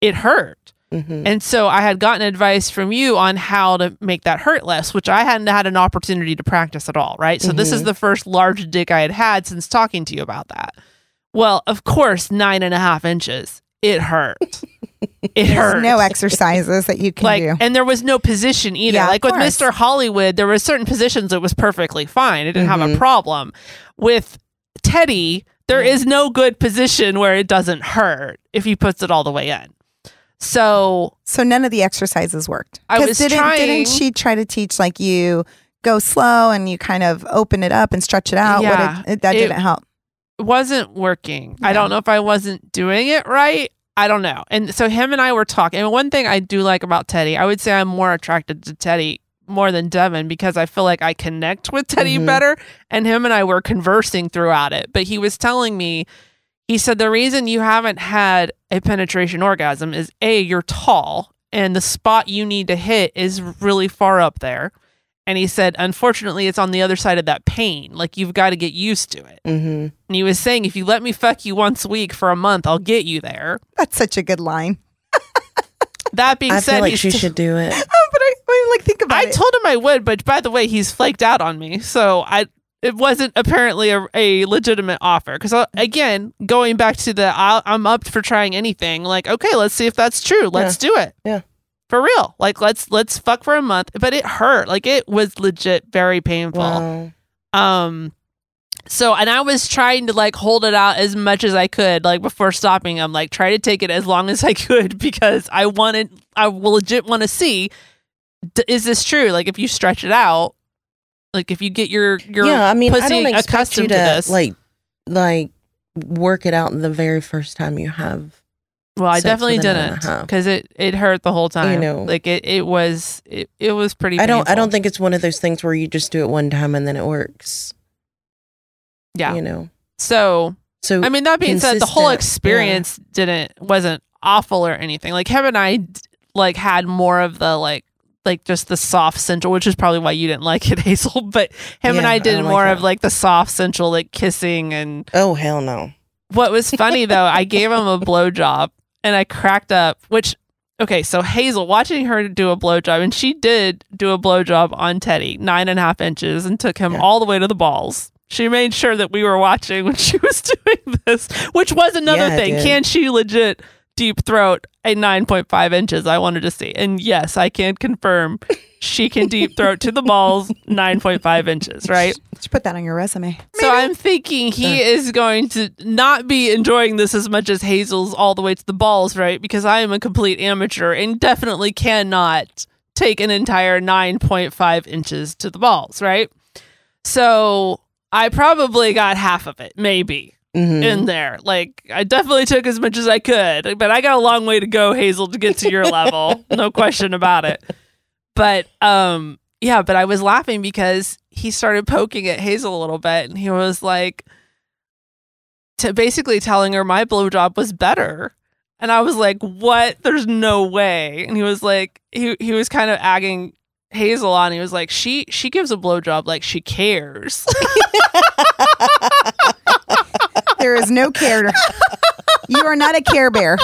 [SPEAKER 2] it hurt.
[SPEAKER 3] hmm
[SPEAKER 2] And so I had gotten advice from you on how to make that hurt less, which I hadn't had an opportunity to practice at all, right? So this is the first large dick I had had since talking to you about that. Well, of course, nine and a half inches. It hurt. It hurt
[SPEAKER 4] There's no exercises that you can
[SPEAKER 2] like,
[SPEAKER 4] do.
[SPEAKER 2] and there was no position either.
[SPEAKER 4] Yeah, of
[SPEAKER 2] like with
[SPEAKER 4] course.
[SPEAKER 2] Mr. Hollywood, there were certain positions it was perfectly fine. It didn't have
[SPEAKER 4] Mm-hmm.
[SPEAKER 2] a
[SPEAKER 3] Mhm.
[SPEAKER 2] problem. With Teddy, there is no good position where it doesn't hurt if he puts it all the way in. So
[SPEAKER 4] So none of the exercises worked.
[SPEAKER 2] I
[SPEAKER 4] 'Cause
[SPEAKER 2] was
[SPEAKER 4] didn't,
[SPEAKER 2] trying.
[SPEAKER 4] Didn't she try to teach like you go slow and you kind of open it up and stretch it out?
[SPEAKER 2] Yeah.
[SPEAKER 4] what did, that
[SPEAKER 2] It-
[SPEAKER 4] didn't help.
[SPEAKER 2] it wasn't working. I
[SPEAKER 4] Yeah.
[SPEAKER 2] don't know if I wasn't doing it right. I don't know. And so him and I were talking. And one thing I do like about Teddy, I would say I'm more attracted to Teddy more than Devin because I feel like I connect with Teddy
[SPEAKER 3] Mhm.
[SPEAKER 2] better. And him and I were conversing throughout it. But he was telling me, he said, the reason you haven't had a penetration orgasm is A, you're tall and the spot you need to hit is really far up there. And he said, unfortunately, it's on the other side of that pain. Like you've got to get used to it.
[SPEAKER 3] hmm
[SPEAKER 2] And he was saying, if you let me fuck you once a week for a month, I'll get you there.
[SPEAKER 4] That's such a good line.
[SPEAKER 2] That being
[SPEAKER 3] I
[SPEAKER 2] said,
[SPEAKER 3] feel like
[SPEAKER 2] he's
[SPEAKER 3] she
[SPEAKER 2] t-
[SPEAKER 3] should do it.
[SPEAKER 4] Oh, but I, I like think about
[SPEAKER 2] I
[SPEAKER 4] it.
[SPEAKER 2] told him I would, but by the way, he's flaked out on me. So I, it wasn't apparently a, a legitimate offer. Because again, going back to the i I'm up for trying anything. Like, okay, let's see if that's true. Let's do it.
[SPEAKER 3] Yeah.
[SPEAKER 2] For real. Like, let's let's fuck for a month. But it hurt. Like, it was legit very painful.
[SPEAKER 3] Wow.
[SPEAKER 2] Um so and I was trying to like hold it out as much as I could, like before stopping. I'm like try to take it as long as I could because I wanted I will legit want to see d- is this true? Like if you stretch it out, like if you get your your
[SPEAKER 3] yeah, I mean, I
[SPEAKER 2] pussy
[SPEAKER 3] don't expect
[SPEAKER 2] accustomed
[SPEAKER 3] you
[SPEAKER 2] to
[SPEAKER 3] to,
[SPEAKER 2] this.
[SPEAKER 3] like, like work it out the very first time you have.
[SPEAKER 2] well, I
[SPEAKER 3] sex
[SPEAKER 2] definitely
[SPEAKER 3] with an hour and a
[SPEAKER 2] didn't
[SPEAKER 3] half.
[SPEAKER 2] because it it hurt the whole time.
[SPEAKER 3] know.
[SPEAKER 2] like it it was it, it was pretty.
[SPEAKER 3] I don't. I
[SPEAKER 2] painful.
[SPEAKER 3] don't think it's one of those things where you just do it one time and then it works.
[SPEAKER 2] Yeah.
[SPEAKER 3] you know.
[SPEAKER 2] so.
[SPEAKER 3] So
[SPEAKER 2] I mean, that being said, the whole
[SPEAKER 3] consistent, yeah.
[SPEAKER 2] experience didn't wasn't awful or anything. Like him and I, d- like had more of the like like just the soft central, which is probably why you didn't like it, Hazel. But him and
[SPEAKER 3] Yeah,
[SPEAKER 2] I
[SPEAKER 3] I
[SPEAKER 2] did
[SPEAKER 3] don't like
[SPEAKER 2] more of
[SPEAKER 3] that.
[SPEAKER 2] like the soft central, like kissing. And
[SPEAKER 3] oh hell no.
[SPEAKER 2] what was funny though, I gave him a blowjob and I cracked up. Which okay, so Hazel watching her do a blowjob, and she did do a blowjob on Teddy, nine and a half inches, and took him
[SPEAKER 3] Yeah.
[SPEAKER 2] all the way to the balls. She made sure that we were watching when she was doing this, which was another
[SPEAKER 3] Yeah, I
[SPEAKER 2] thing.
[SPEAKER 3] did.
[SPEAKER 2] Can she legit deep throat a 9.5 inches? I wanted to see. And yes, I can confirm she can deep throat to the balls 9.5 inches, right?
[SPEAKER 4] You should put that on your resume.
[SPEAKER 2] So I'm thinking he is going to not be enjoying this as much as Hazel's all the way to the balls, right? Because I am a complete amateur and definitely cannot take an entire 9.5 inches to the balls, right? So I probably got half of it, maybe
[SPEAKER 3] Mhm.
[SPEAKER 2] in there. Like I definitely took as much as I could, but I got a long way to go, Hazel, to get to your level. No question about it. But um yeah, but I was laughing because he started poking at Hazel a little bit and he was like to basically telling her my blowjob was better. And I was like, "What? There's no way." And he was like he he was kind of agging Hazel on. He was like, "She she gives a blowjob like she cares."
[SPEAKER 4] There is no care. you are not a care bear.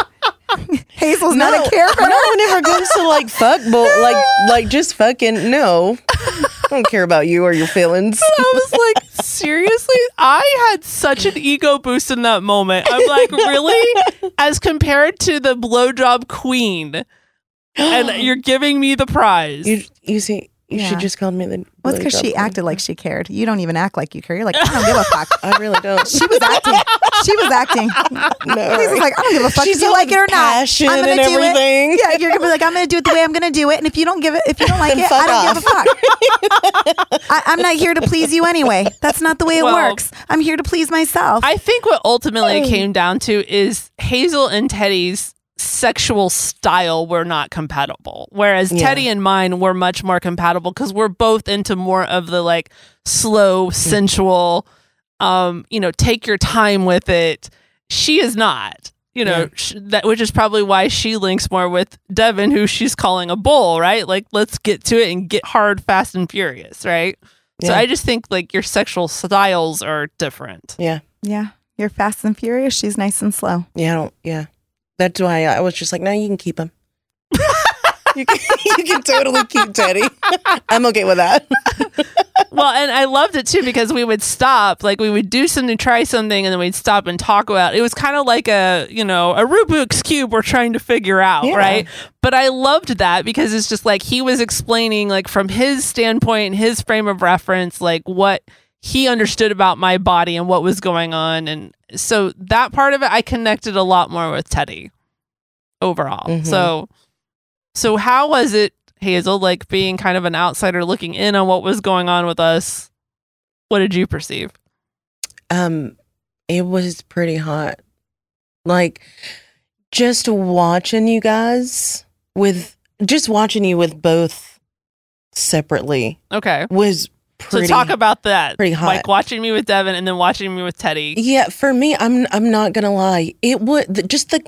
[SPEAKER 4] Hazel's not a
[SPEAKER 3] No,
[SPEAKER 4] care bear.
[SPEAKER 3] No one ever goes to like fuck, but like like just fucking no. I don't care about you or your feelings.
[SPEAKER 2] I was like, seriously? I had such an ego boost in that moment. I'm like, really? As compared to the blowjob queen, and you're giving me the prize.
[SPEAKER 3] You you see, you
[SPEAKER 4] Yeah.
[SPEAKER 3] should just call me the.
[SPEAKER 4] Well, it's because
[SPEAKER 3] blowjob
[SPEAKER 4] she
[SPEAKER 3] queen.
[SPEAKER 4] acted like she cared. You don't even act like you care. You're like, I don't give a fuck.
[SPEAKER 3] I really don't.
[SPEAKER 4] She was acting. She was acting.
[SPEAKER 3] no,
[SPEAKER 4] Hazel's like, I don't give a fuck
[SPEAKER 3] She's
[SPEAKER 4] if you
[SPEAKER 3] all
[SPEAKER 4] like it or not.
[SPEAKER 3] passion
[SPEAKER 4] I'm gonna
[SPEAKER 3] and
[SPEAKER 4] do
[SPEAKER 3] everything.
[SPEAKER 4] it. Yeah, you're gonna be like, I'm gonna do it the way I'm gonna do it. And if you don't give it, if you don't like
[SPEAKER 3] Then
[SPEAKER 4] it, I
[SPEAKER 3] fuck
[SPEAKER 4] don't give a fuck. I, I'm not here to please you anyway. That's not the way it
[SPEAKER 2] Well,
[SPEAKER 4] works. I'm here to please myself.
[SPEAKER 2] I think what ultimately it came down to is Hazel and Teddy's sexual style were not compatible. Whereas
[SPEAKER 3] Yeah.
[SPEAKER 2] Teddy and mine were much more compatible because we're both into more of the like slow, sensual, um, you know, take your time with it. She is not. You know,
[SPEAKER 3] Yeah.
[SPEAKER 2] sh- that which is probably why she links more with Devin, who she's calling a bull, right? Like, let's get to it and get hard, fast, and furious, right? So
[SPEAKER 3] Yeah.
[SPEAKER 2] I just think like your sexual styles are different.
[SPEAKER 3] Yeah,
[SPEAKER 4] yeah, you're fast and furious. She's nice and slow.
[SPEAKER 3] yeah, I don't, yeah. That's why I was just like, no, you can keep him. you, can, you can totally keep Teddy. I'm okay with that.
[SPEAKER 2] well, and I loved it too because we would stop, like we would do something, try something, and then we'd stop and talk about. It was kind of like a you know a Rubik's cube we're trying to figure out,
[SPEAKER 3] Yeah.
[SPEAKER 2] right? But I loved that because it's just like he was explaining, like from his standpoint, his frame of reference, like what he understood about my body and what was going on, and so that part of it I connected a lot more with Teddy overall.
[SPEAKER 3] Mhm.
[SPEAKER 2] So, so how was it, Hazel? Like being kind of an outsider looking in on what was going on with us. What did you perceive?
[SPEAKER 3] Um, it was pretty hot. Like, just watching you guys with just watching you with both separately
[SPEAKER 2] Okay,
[SPEAKER 3] was pretty.
[SPEAKER 2] so talk about that.
[SPEAKER 3] pretty hot.
[SPEAKER 2] Like watching me with Devin and then watching me with Teddy.
[SPEAKER 3] Yeah, for me, I'm I'm not gonna lie. It would the- just the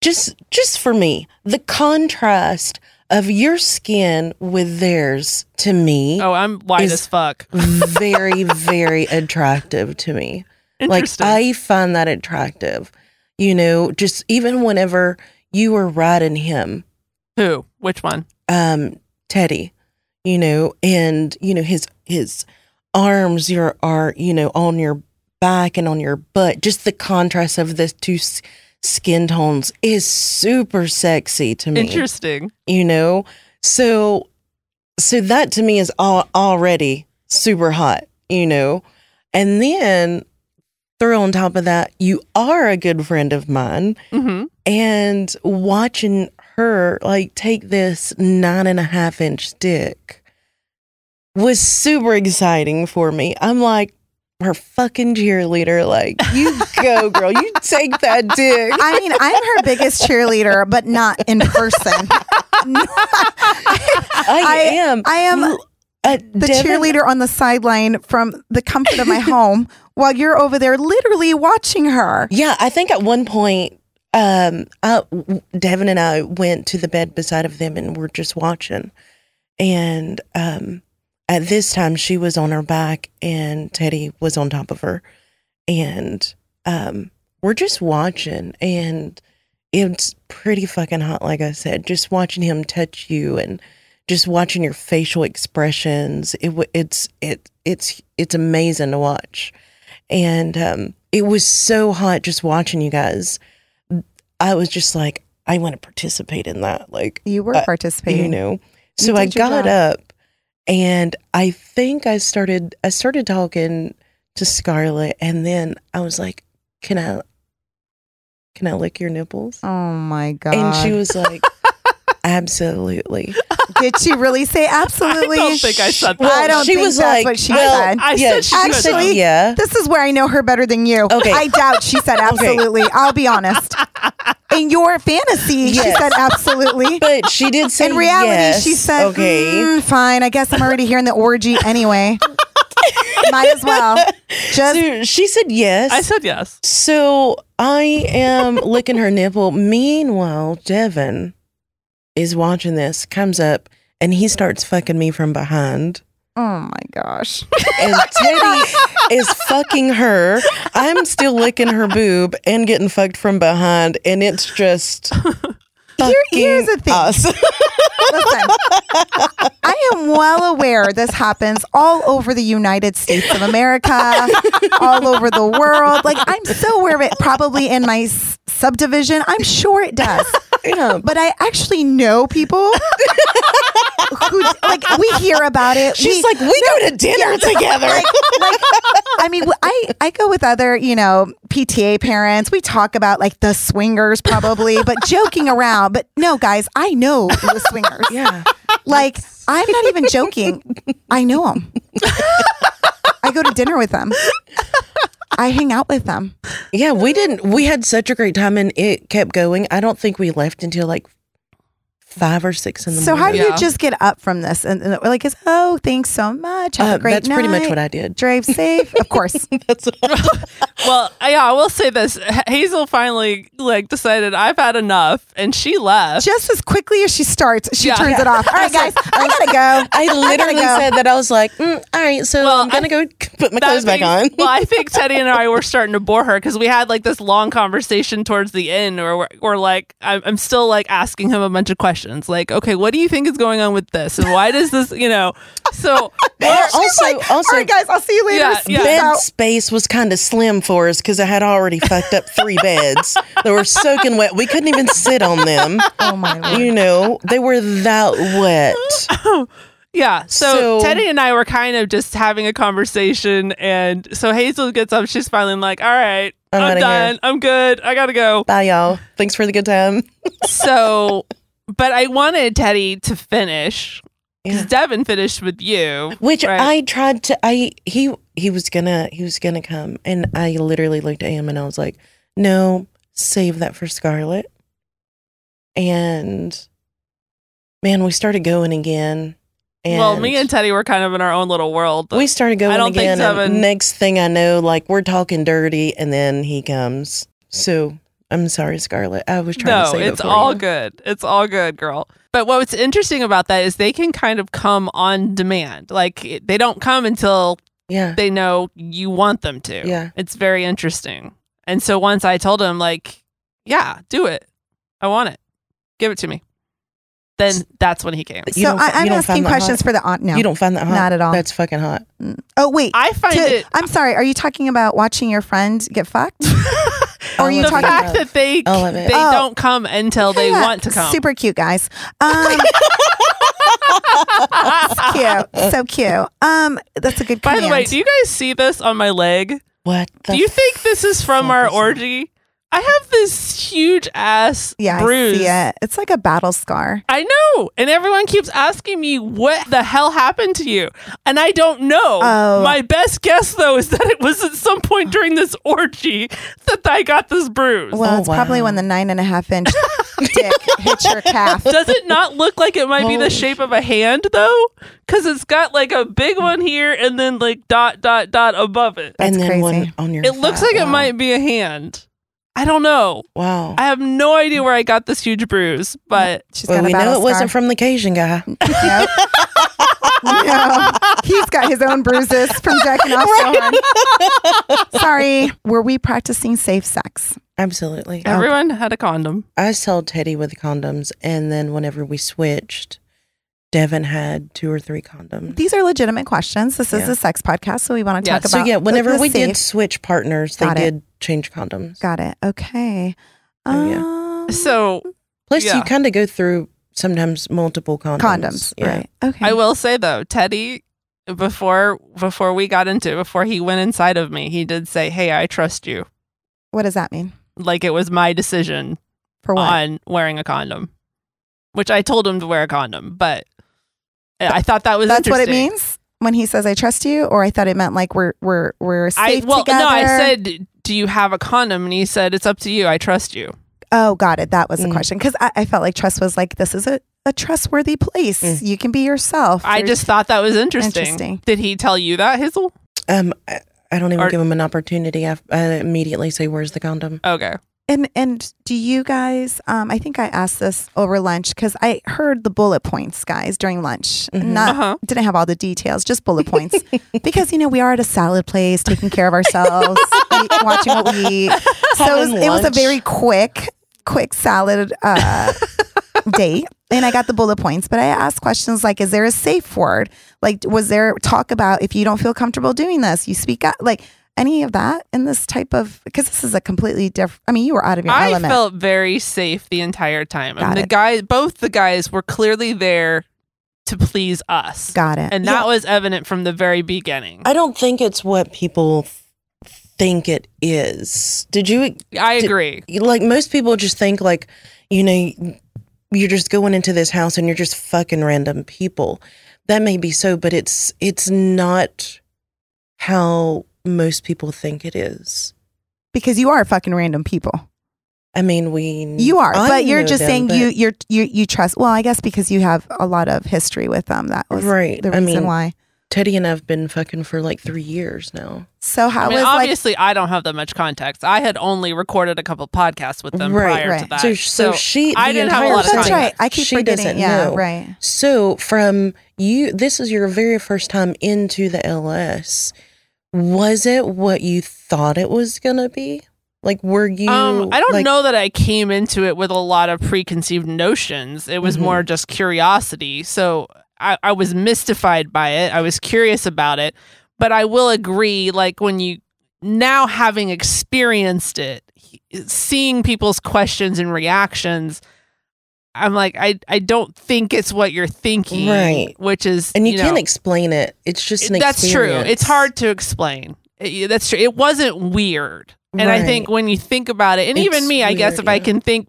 [SPEAKER 3] just just for me the contrast of your skin with theirs to me
[SPEAKER 2] Oh, I'm white
[SPEAKER 3] Is-
[SPEAKER 2] as fuck.
[SPEAKER 3] very very attractive to me. Like
[SPEAKER 2] Interesting.
[SPEAKER 3] I find that attractive. You know, just even whenever you were riding him,
[SPEAKER 2] Who? Which one?
[SPEAKER 3] um, Teddy, you know, and you know his his arms your are you know on your back and on your butt. Just the contrast of the two s- skin tones is super sexy to me.
[SPEAKER 2] Interesting.
[SPEAKER 3] You know, so so that to me is all already super hot. You know, and then throw on top of that, you are a good friend of mine
[SPEAKER 2] hmm
[SPEAKER 3] and watching her like take this nine and a half inch dick was super exciting for me. I'm like her fucking cheerleader. Like, you go, girl. You take that dick.
[SPEAKER 4] I mean, I'm her biggest cheerleader, but not in person.
[SPEAKER 3] I,
[SPEAKER 4] I-
[SPEAKER 3] am.
[SPEAKER 4] I am
[SPEAKER 3] a
[SPEAKER 4] the cheerleader on the sideline from the comfort of my home while you're over there literally watching her.
[SPEAKER 3] Yeah, I think at one point, um, I, Devin and I went to the bed beside of them and were just watching. And um, at this time, she was on her back and Teddy was on top of her, and um, we're just watching. And it's pretty fucking hot, like I said, just watching him touch you and just watching your facial expressions it wa- it's it it's it's amazing to watch and um it was so hot just watching you guys i was just like i want to participate in that like
[SPEAKER 4] You were
[SPEAKER 3] Uh,
[SPEAKER 4] participating.
[SPEAKER 3] you know
[SPEAKER 4] You
[SPEAKER 3] so i
[SPEAKER 4] did your
[SPEAKER 3] got
[SPEAKER 4] job.
[SPEAKER 3] up and i think i started i started talking to scarlett and then i was like can i can i lick your nipples
[SPEAKER 4] Oh my god!
[SPEAKER 3] and she was like absolutely
[SPEAKER 4] Did she really say absolutely?
[SPEAKER 2] I don't think I said that.
[SPEAKER 4] Well, I don't
[SPEAKER 3] she
[SPEAKER 4] think
[SPEAKER 3] was like
[SPEAKER 4] that's what she
[SPEAKER 3] well,
[SPEAKER 4] said.
[SPEAKER 2] I
[SPEAKER 3] yeah,
[SPEAKER 2] said she
[SPEAKER 3] she
[SPEAKER 4] was
[SPEAKER 3] said,
[SPEAKER 4] Actually-
[SPEAKER 3] yeah
[SPEAKER 4] This is where I know her better than you.
[SPEAKER 3] Okay.
[SPEAKER 4] I doubt she said absolutely. I'll be honest. In your fantasy, she
[SPEAKER 3] Yes.
[SPEAKER 4] said absolutely.
[SPEAKER 3] but she did say
[SPEAKER 4] In reality,
[SPEAKER 3] yes.
[SPEAKER 4] she said,
[SPEAKER 3] okay
[SPEAKER 4] "Mm, fine, I guess I'm already here in the orgy anyway. Might as well. Just
[SPEAKER 3] so she said yes
[SPEAKER 2] I said yes.
[SPEAKER 3] So I am licking her nipple. Meanwhile, Devin is watching this, comes up, and he starts fucking me from behind.
[SPEAKER 4] Oh my gosh.
[SPEAKER 3] And Teddy is fucking her. I'm still licking her boob and getting fucked from behind. And it's just.
[SPEAKER 4] Here- here's the
[SPEAKER 3] fucking
[SPEAKER 4] thing.
[SPEAKER 3] us.
[SPEAKER 4] Listen, I am well aware this happens all over the United States of America, all over the world. Like, I'm so aware of it, probably in my s- subdivision. I'm sure it does. But I actually know people who, like, we hear about it.
[SPEAKER 3] She's
[SPEAKER 4] We-
[SPEAKER 3] like, we go to dinner together.
[SPEAKER 4] like, like, I mean, I, I go with other, you know, PTA parents. We talk about like the swingers probably, but joking around. But no, guys, I know the swingers.
[SPEAKER 3] Yeah.
[SPEAKER 4] Like, I'm not even joking. I know them. I go to dinner with them. I hang out with them.
[SPEAKER 3] Yeah, we didn't. We had such a great time and it kept going. I don't think we left until like five or six in the
[SPEAKER 4] So
[SPEAKER 3] morning.
[SPEAKER 4] how do you
[SPEAKER 2] Yeah.
[SPEAKER 4] just get up from this? And, and like, it's, oh, thanks so much. Have
[SPEAKER 3] Uh,
[SPEAKER 4] a great
[SPEAKER 3] that's
[SPEAKER 4] night.
[SPEAKER 3] pretty much what I did.
[SPEAKER 4] Drive safe, of course.
[SPEAKER 2] Well, yeah, I will say this. Hazel finally like decided I've had enough, and she left.
[SPEAKER 4] Just as quickly as she starts, she
[SPEAKER 2] Yeah.
[SPEAKER 4] turns it off. All right, guys, I gotta go.
[SPEAKER 3] I literally
[SPEAKER 4] go.
[SPEAKER 3] said that I was like, mm, all right, so
[SPEAKER 2] Well,
[SPEAKER 3] I'm gonna
[SPEAKER 2] I-
[SPEAKER 3] go put my
[SPEAKER 2] That
[SPEAKER 3] clothes back on.
[SPEAKER 2] makes- well, I think Teddy and I were starting to bore her because we had like this long conversation towards the end, or we're, or like I'm, I'm still like asking him a bunch of questions, like, okay, what do you think is going on with this, and why does this, you know? So
[SPEAKER 3] Well,
[SPEAKER 4] She's
[SPEAKER 3] also,
[SPEAKER 4] like,
[SPEAKER 3] also,
[SPEAKER 4] all right, guys, I'll see you later.
[SPEAKER 2] Yeah, yeah.
[SPEAKER 4] Peace
[SPEAKER 3] bed
[SPEAKER 4] out.
[SPEAKER 3] space was kind of slim for us because I had already fucked up three beds that were soaking wet. We couldn't even sit on them.
[SPEAKER 4] Oh my lord.
[SPEAKER 3] You know, they were that wet.
[SPEAKER 2] yeah, so,
[SPEAKER 3] So-
[SPEAKER 2] Teddy and I were kind of just having a conversation, and so Hazel gets up, she's finally like, all right, I'm,
[SPEAKER 3] I'm outta here.
[SPEAKER 2] done, I'm good, I gotta go.
[SPEAKER 3] Bye, y'all. Thanks for the good time.
[SPEAKER 2] so, but I wanted Teddy to finish
[SPEAKER 3] Yeah.
[SPEAKER 2] because Devin finished with you,
[SPEAKER 3] Which
[SPEAKER 2] right?
[SPEAKER 3] I tried to. I he he was gonna he was gonna come, and I literally looked at him and I was like, "No, save that for Scarlet." And man, we started going again. And
[SPEAKER 2] well, me and Teddy were kind of in our own little world.
[SPEAKER 3] we started going
[SPEAKER 2] I don't think
[SPEAKER 3] again. and
[SPEAKER 2] Devin-
[SPEAKER 3] next thing I know, like we're talking dirty, and then he comes. So I'm sorry, Scarlet. I was trying to
[SPEAKER 2] no,
[SPEAKER 3] save
[SPEAKER 2] it's
[SPEAKER 3] it for
[SPEAKER 2] all
[SPEAKER 3] you.
[SPEAKER 2] good. It's all good, girl. But what's interesting about that is they can kind of come on demand. Like it- they don't come until
[SPEAKER 3] Yeah,
[SPEAKER 2] they know you want them to.
[SPEAKER 3] Yeah.
[SPEAKER 2] It's very interesting. And so once I told him like, yeah, do it. I want it. Give it to me. Then that's when he came.
[SPEAKER 3] But you
[SPEAKER 4] So
[SPEAKER 3] don't-
[SPEAKER 4] I,
[SPEAKER 3] you
[SPEAKER 4] I'm
[SPEAKER 3] don't
[SPEAKER 4] asking
[SPEAKER 3] find that
[SPEAKER 4] questions
[SPEAKER 3] hot.
[SPEAKER 4] for the aunt now.
[SPEAKER 3] you don't find that hot?
[SPEAKER 4] Not at all.
[SPEAKER 3] That's fucking hot.
[SPEAKER 4] Oh wait,
[SPEAKER 2] I find
[SPEAKER 4] To-
[SPEAKER 2] it
[SPEAKER 4] I'm sorry. Are you talking about watching your friend get fucked? or are you
[SPEAKER 2] the
[SPEAKER 4] talking
[SPEAKER 2] fact
[SPEAKER 4] about?
[SPEAKER 2] that they
[SPEAKER 3] All of it.
[SPEAKER 2] they
[SPEAKER 4] Oh.
[SPEAKER 2] don't come until they
[SPEAKER 4] Yeah,
[SPEAKER 2] want to come.
[SPEAKER 4] Super cute guys. Um, cute, so cute. Um, that's a good.
[SPEAKER 2] By
[SPEAKER 4] command.
[SPEAKER 2] the way, do you guys see this on my leg?
[SPEAKER 3] What? The
[SPEAKER 2] Do you think this is from
[SPEAKER 3] fuck
[SPEAKER 2] our
[SPEAKER 3] is that?
[SPEAKER 2] orgy? I have this huge ass
[SPEAKER 4] yeah,
[SPEAKER 2] bruise.
[SPEAKER 4] I see it. It's like a battle scar.
[SPEAKER 2] I know. And everyone keeps asking me, what the hell happened to you? And I don't know.
[SPEAKER 4] Oh.
[SPEAKER 2] My best guess, though, is that it was at some point during this orgy that I got this bruise.
[SPEAKER 4] Well,
[SPEAKER 3] Oh,
[SPEAKER 4] it's probably
[SPEAKER 3] wow.
[SPEAKER 4] when the nine and a half inch dick hits your calf.
[SPEAKER 2] Does it not look like it might be
[SPEAKER 3] Holy
[SPEAKER 2] the shape of a hand, though? Because it's got like a big one here and then like dot, dot, dot above it.
[SPEAKER 4] That's
[SPEAKER 3] and then
[SPEAKER 4] crazy.
[SPEAKER 3] one on your.
[SPEAKER 2] It looks
[SPEAKER 3] thigh.
[SPEAKER 2] like it
[SPEAKER 3] Wow.
[SPEAKER 2] might be a hand. I don't know.
[SPEAKER 3] Wow.
[SPEAKER 2] I have no idea where I got this huge bruise, but
[SPEAKER 4] She's
[SPEAKER 3] Well,
[SPEAKER 4] got
[SPEAKER 3] we
[SPEAKER 4] a
[SPEAKER 3] know it
[SPEAKER 4] battle scar.
[SPEAKER 3] wasn't from the Cajun guy.
[SPEAKER 4] No. no. He's got his own bruises from jacking off so hard. Sorry. Were we practicing safe sex?
[SPEAKER 3] Absolutely.
[SPEAKER 2] everyone had a condom.
[SPEAKER 3] I sold Teddy with condoms, and then whenever we switched, Devin had two or three condoms.
[SPEAKER 4] These are legitimate questions. This is
[SPEAKER 3] Yeah.
[SPEAKER 4] a sex podcast, so we want to
[SPEAKER 2] Yeah.
[SPEAKER 4] talk about.
[SPEAKER 3] So yeah, whenever
[SPEAKER 4] the
[SPEAKER 3] we
[SPEAKER 4] safe-
[SPEAKER 3] did switch partners, they
[SPEAKER 4] Got it.
[SPEAKER 3] did change condoms.
[SPEAKER 4] got it. Okay.
[SPEAKER 3] Oh, yeah.
[SPEAKER 4] Um,
[SPEAKER 2] So
[SPEAKER 3] Plus,
[SPEAKER 2] Yeah.
[SPEAKER 3] you kind of go through sometimes multiple condoms.
[SPEAKER 4] condoms,
[SPEAKER 3] Yeah.
[SPEAKER 4] right? Okay.
[SPEAKER 2] I will say though, Teddy, before before we got into before he went inside of me, he did say, "Hey, I trust you."
[SPEAKER 4] What does that mean
[SPEAKER 2] Like it was my decision
[SPEAKER 4] for what?
[SPEAKER 2] on wearing a condom, which I told him to wear a condom, but I thought that was
[SPEAKER 4] That's what it
[SPEAKER 2] interesting.
[SPEAKER 4] means when he says "I trust you," or I thought it meant like we're we're we're
[SPEAKER 2] I
[SPEAKER 4] safe
[SPEAKER 2] well
[SPEAKER 4] together.
[SPEAKER 2] no, I said, "Do you have a condom?" And he said, "It's up to you. I trust you."
[SPEAKER 4] Oh, got it. That was the
[SPEAKER 3] Mm.
[SPEAKER 4] question because I, I felt like trust was like this is a, a trustworthy place.
[SPEAKER 3] Mm.
[SPEAKER 4] You can be yourself.
[SPEAKER 2] I
[SPEAKER 4] There's-
[SPEAKER 2] just thought that was interesting.
[SPEAKER 4] Interesting.
[SPEAKER 2] Did he tell you that, Hazel?
[SPEAKER 3] Um, I, I don't even
[SPEAKER 2] Or-
[SPEAKER 3] give them an opportunity. I, I immediately say, "Where's the condom?"
[SPEAKER 2] Okay.
[SPEAKER 4] and and do you guys? Um, I think I asked this over lunch because I heard the bullet points, guys, during lunch.
[SPEAKER 3] Mhm.
[SPEAKER 4] Not
[SPEAKER 2] Uh-huh.
[SPEAKER 4] didn't have all the details, just bullet points because you know we are at a salad place, taking care of ourselves, eat, watching what we eat. So it was,
[SPEAKER 3] Having
[SPEAKER 4] it was a
[SPEAKER 3] lunch.
[SPEAKER 4] very quick, quick salad uh, date. And I got the bullet points, but I asked questions like, "Is there a safe word? Like, was there talk about if you don't feel comfortable doing this, you speak up? Like any of that in this type of because this is a completely different. I mean, you were out of your
[SPEAKER 2] I
[SPEAKER 4] element.
[SPEAKER 2] felt very safe the entire time. And
[SPEAKER 4] Got
[SPEAKER 2] the
[SPEAKER 4] it.
[SPEAKER 2] guys, both the guys were clearly there to please us.
[SPEAKER 4] got it.
[SPEAKER 2] and that was evident from the very beginning. I,
[SPEAKER 3] I don't think it's what people th- think it is. Did you
[SPEAKER 2] agree.
[SPEAKER 3] like most people just think like you know you're just going into this house and you're just fucking random people that may be so but it's it's not how most people think it is
[SPEAKER 4] because you are fucking random people.
[SPEAKER 3] i mean we
[SPEAKER 4] You are,
[SPEAKER 3] I
[SPEAKER 4] but you're
[SPEAKER 3] know
[SPEAKER 4] just
[SPEAKER 3] them,
[SPEAKER 4] saying
[SPEAKER 3] but-
[SPEAKER 4] you you're, you you trust. Well, I guess because you have a lot of history with them. That was
[SPEAKER 3] Right,
[SPEAKER 4] the
[SPEAKER 3] I
[SPEAKER 4] reason
[SPEAKER 3] mean-
[SPEAKER 4] why.
[SPEAKER 3] teddy and i've been fucking for like three years now
[SPEAKER 4] So how
[SPEAKER 2] I mean,
[SPEAKER 4] was like
[SPEAKER 2] obviously, I don't have that much context. I had only recorded a couple podcasts with them prior
[SPEAKER 3] Right,
[SPEAKER 2] to
[SPEAKER 4] right.
[SPEAKER 2] that.
[SPEAKER 3] so so, she
[SPEAKER 2] I
[SPEAKER 3] the
[SPEAKER 2] didn't have a
[SPEAKER 3] entire
[SPEAKER 2] lot of
[SPEAKER 4] that's
[SPEAKER 3] time,
[SPEAKER 4] right. I keep
[SPEAKER 3] she
[SPEAKER 4] forgetting.
[SPEAKER 3] doesn't
[SPEAKER 4] yeah,
[SPEAKER 3] know
[SPEAKER 4] right.
[SPEAKER 3] So, from you, this is your very first time into the LS. Was it what you thought it was going to be? Like, were you.
[SPEAKER 2] um, I don't
[SPEAKER 3] like-
[SPEAKER 2] know that I came into it with a lot of preconceived notions. It was
[SPEAKER 3] Mhm.
[SPEAKER 2] more just curiosity. So I, I was mystified by it. I was curious about it. But I will agree, like when you now having experienced it, he- seeing people's questions and reactions, I'm like, I, I don't think it's what you're thinking.
[SPEAKER 3] Right.
[SPEAKER 2] Which is
[SPEAKER 3] And you,
[SPEAKER 2] know,
[SPEAKER 3] can't explain it. It's just an
[SPEAKER 2] that's
[SPEAKER 3] experience.
[SPEAKER 2] true. It's hard to explain. It- that's true. It wasn't weird, and I
[SPEAKER 3] Right.
[SPEAKER 2] think when you think about it, and even
[SPEAKER 3] It's
[SPEAKER 2] me, I guess
[SPEAKER 3] weird,
[SPEAKER 2] if I
[SPEAKER 3] yeah.
[SPEAKER 2] can think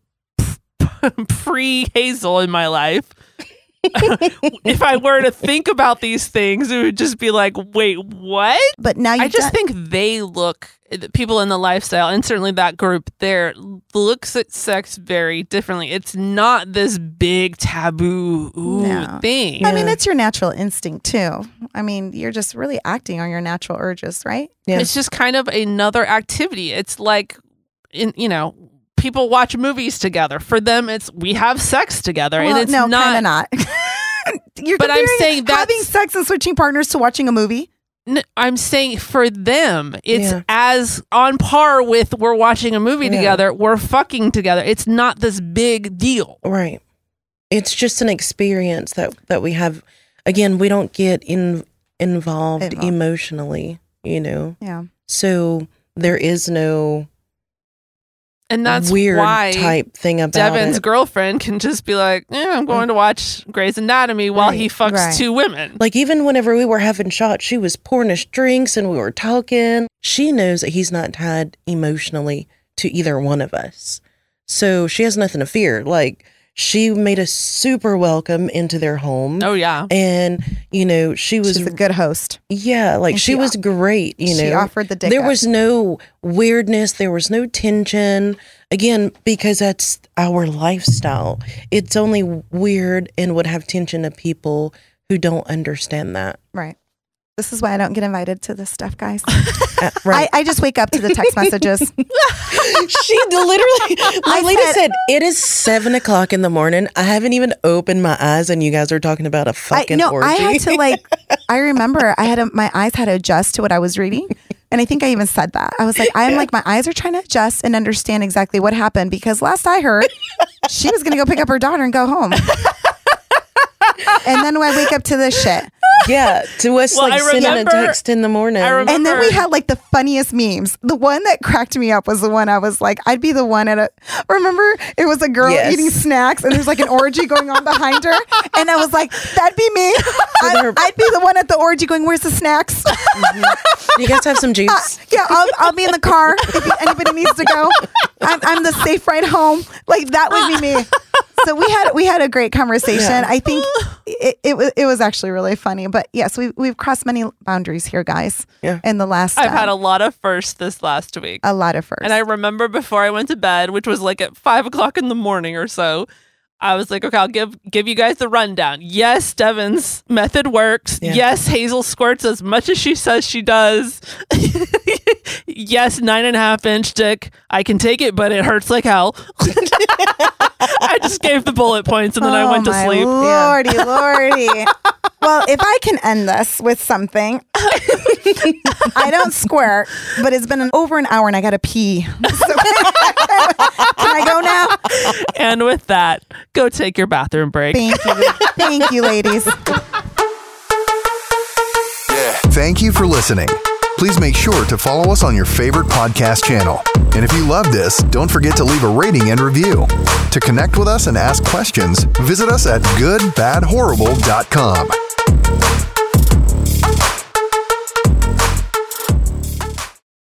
[SPEAKER 2] pre Hazel in my life, if I were to think about these things, it would just be like, wait, what?
[SPEAKER 4] But now you
[SPEAKER 2] I just think they look the people in the lifestyle, and certainly that group there looks at sex very differently. It's not this big taboo ooh,
[SPEAKER 4] No.
[SPEAKER 2] thing.
[SPEAKER 4] I mean,
[SPEAKER 3] Yeah.
[SPEAKER 4] it's your natural instinct too. I mean, you're just really acting on your natural urges, right?
[SPEAKER 3] Yeah.
[SPEAKER 2] It's just kind of another activity. It's like, in, you know, people watch movies together. For them, it's we have sex together,
[SPEAKER 4] Well,
[SPEAKER 2] and it's
[SPEAKER 4] no, kind
[SPEAKER 2] not.
[SPEAKER 4] of not. You're
[SPEAKER 2] But I'm
[SPEAKER 4] comparing
[SPEAKER 2] saying
[SPEAKER 4] having
[SPEAKER 2] that's- "Eh,
[SPEAKER 4] Mm.
[SPEAKER 2] Oh,
[SPEAKER 3] uh,
[SPEAKER 4] and then I wake up to this shit.
[SPEAKER 3] Yeah, to us
[SPEAKER 2] Well,
[SPEAKER 3] like
[SPEAKER 2] I
[SPEAKER 3] sending
[SPEAKER 2] remember-
[SPEAKER 3] a text in the morning.
[SPEAKER 2] I remember-
[SPEAKER 4] And then we had like the funniest memes. The one that cracked me up was the one I was like, I'd be the one at a. Remember, it was a girl
[SPEAKER 3] Yes.
[SPEAKER 4] eating snacks, and there's like an orgy going on behind her, and I was like, that'd be me. I,
[SPEAKER 3] her-
[SPEAKER 4] I'd be the one at the orgy going, "Where's the snacks?"
[SPEAKER 3] you guys have some juice.
[SPEAKER 4] yeah, I'll, I'll be in the car if anybody needs to go. I'm, I'm the safe ride home. Like that would be me. So we had we had a great conversation.
[SPEAKER 3] Yeah.
[SPEAKER 4] I think it, it was it was actually really funny. But yes, we we've crossed many boundaries here, guys.
[SPEAKER 3] Yeah.
[SPEAKER 4] In the last,
[SPEAKER 2] I've
[SPEAKER 4] um,
[SPEAKER 2] had a lot of firsts this last week.
[SPEAKER 4] a lot of firsts.
[SPEAKER 2] And I remember before I went to bed, which was like at five o'clock in the morning or so, I was like, okay, I'll give give you guys the rundown. Yes, Devin's method works.
[SPEAKER 3] Yeah.
[SPEAKER 2] Yes, Hazel squirts as much as she says she does. yes, nine and a half inch dick. I can take it, but it hurts like hell. I just gave the bullet points and then I
[SPEAKER 4] Oh,
[SPEAKER 2] went to
[SPEAKER 4] my
[SPEAKER 2] sleep.
[SPEAKER 4] Lordy, lordy. well, if I can end this with something, I don't squirt, but it's been an, over an hour and I got to pee. So, can I go now?
[SPEAKER 2] and with that, go take your bathroom break.
[SPEAKER 4] Thank you. Thank you, ladies.
[SPEAKER 1] Thank you for listening. Please make sure to follow us on your favorite podcast channel. And if you love this, don't forget to leave a rating and review. To connect with us and ask questions, visit us at goodbadhorrible.com.